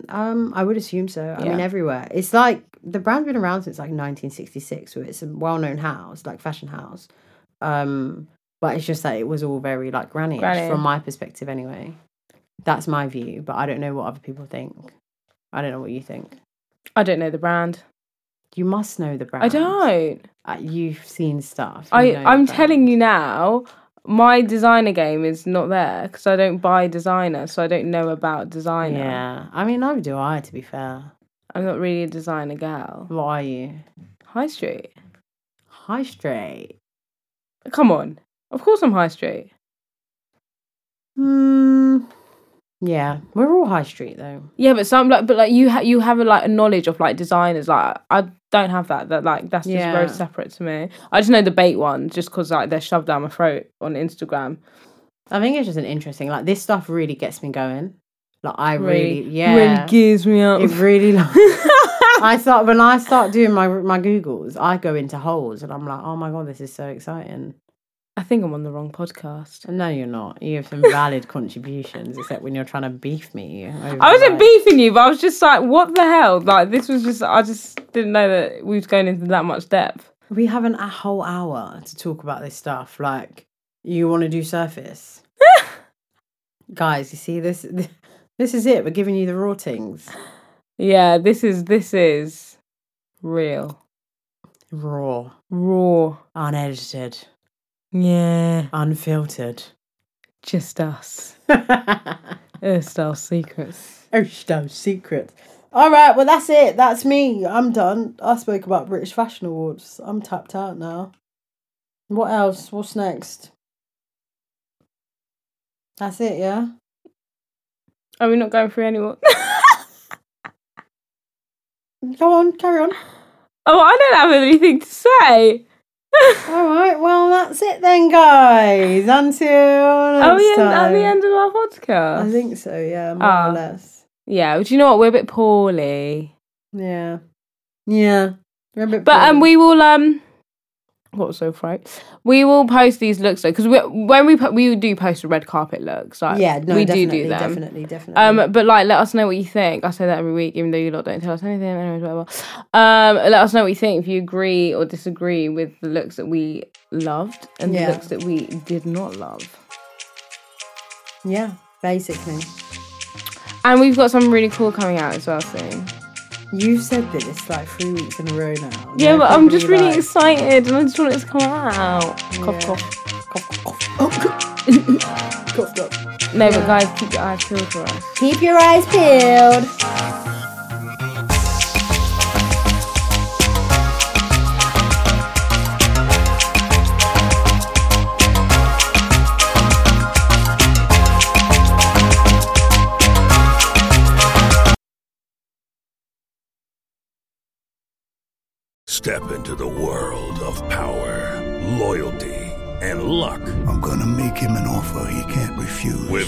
Speaker 2: Um, I would assume so. I mean,
Speaker 1: Yeah.
Speaker 2: everywhere. It's like the brand's been around since like 1966, so it's a well-known house, like fashion house. Um, but it's just that it was all very like granny
Speaker 1: Granny.
Speaker 2: from my perspective, anyway. That's my view, but I don't know what other people think. I don't know what you think.
Speaker 1: I don't know the brand.
Speaker 2: You must know the brand.
Speaker 1: I don't.
Speaker 2: Uh, you've seen stuff. You
Speaker 1: I
Speaker 2: know the
Speaker 1: I'm
Speaker 2: brand.
Speaker 1: telling you now. My designer game is not there because I don't buy designer, so I don't know about designer.
Speaker 2: Yeah, I mean, neither do I. To be fair,
Speaker 1: I'm not really a designer gal.
Speaker 2: what are you?
Speaker 1: High street.
Speaker 2: High straight.
Speaker 1: Come on. Of course I'm high street.
Speaker 2: Hmm. Yeah, we're all high street though.
Speaker 1: Yeah, but some like, but like you ha- you have a, like a knowledge of like designers. Like I don't have that. That like that's
Speaker 2: Yeah.
Speaker 1: just very separate to me. I just know the bait one, just because like they're shoved down my throat on Instagram.
Speaker 2: I think it's just an interesting. Like this stuff really gets me going. Like I really,
Speaker 1: really
Speaker 2: yeah,
Speaker 1: gears me up.
Speaker 2: it really. Like, I start when I start doing my my googles, I go into holes, and I'm like, oh my god, this is so exciting.
Speaker 1: I think I'm on the wrong podcast.
Speaker 2: And no, you're not. You have some valid contributions, except when you're trying to beef me. over,
Speaker 1: I wasn't
Speaker 2: like-
Speaker 1: beefing you, but I was just like, what the hell? Like this was just I just didn't know that we was going into that much depth.
Speaker 2: We have an, a whole hour to talk about this stuff. Like, you want to do surface, guys? You see this? This is it. We're giving you the raw things.
Speaker 1: Yeah, this is this is real.
Speaker 2: Raw,
Speaker 1: Raw.
Speaker 2: unedited,
Speaker 1: Yeah.
Speaker 2: unfiltered.
Speaker 1: Just us.
Speaker 2: oh,
Speaker 1: Earth style secrets.
Speaker 2: no secret. All right, well that's it. That's me. I'm done. I spoke about British Fashion Awards. I'm tapped out now. What else? What's next? That's it, yeah.
Speaker 1: Are we not going through anyone?
Speaker 2: Go on, carry on.
Speaker 1: oh, I don't have anything to say.
Speaker 2: All right, well that's it then, guys. Until
Speaker 1: Are Oh, we
Speaker 2: next
Speaker 1: in, at
Speaker 2: time.
Speaker 1: the end of our
Speaker 2: I
Speaker 1: podcast?
Speaker 2: think so. Yeah, more
Speaker 1: Ah.
Speaker 2: or less.
Speaker 1: yeah, but you know what? We're a bit poorly.
Speaker 2: Yeah. Yeah. We're a bit
Speaker 1: But um,
Speaker 2: bored.
Speaker 1: we will um, what was so right? We will post these looks though, because when we put we do post the red carpet looks. Like,
Speaker 2: yeah, no,
Speaker 1: we
Speaker 2: definitely,
Speaker 1: do do them.
Speaker 2: definitely, definitely.
Speaker 1: Um, but like, let us know what you think. I say that every week, even though you lot don't tell us anything. Anyways, whatever. Um, let us know what you think. If you agree or disagree with the looks that we loved and
Speaker 2: Yeah.
Speaker 1: the looks that we did not love.
Speaker 2: yeah, basically.
Speaker 1: And we've got something really cool coming out as well soon.
Speaker 2: You've said this like three weeks in a row now.
Speaker 1: Yeah, but I'm just really
Speaker 2: excited.
Speaker 1: excited and I just want it to come out. Cough,
Speaker 2: Yeah.
Speaker 1: cough.
Speaker 2: Cough, cough.
Speaker 1: No, but guys, keep your eyes peeled for us.
Speaker 2: Keep your eyes peeled.
Speaker 5: Step into the world of power, loyalty, and luck
Speaker 6: I'm gonna make him an offer he can't refuse.
Speaker 5: with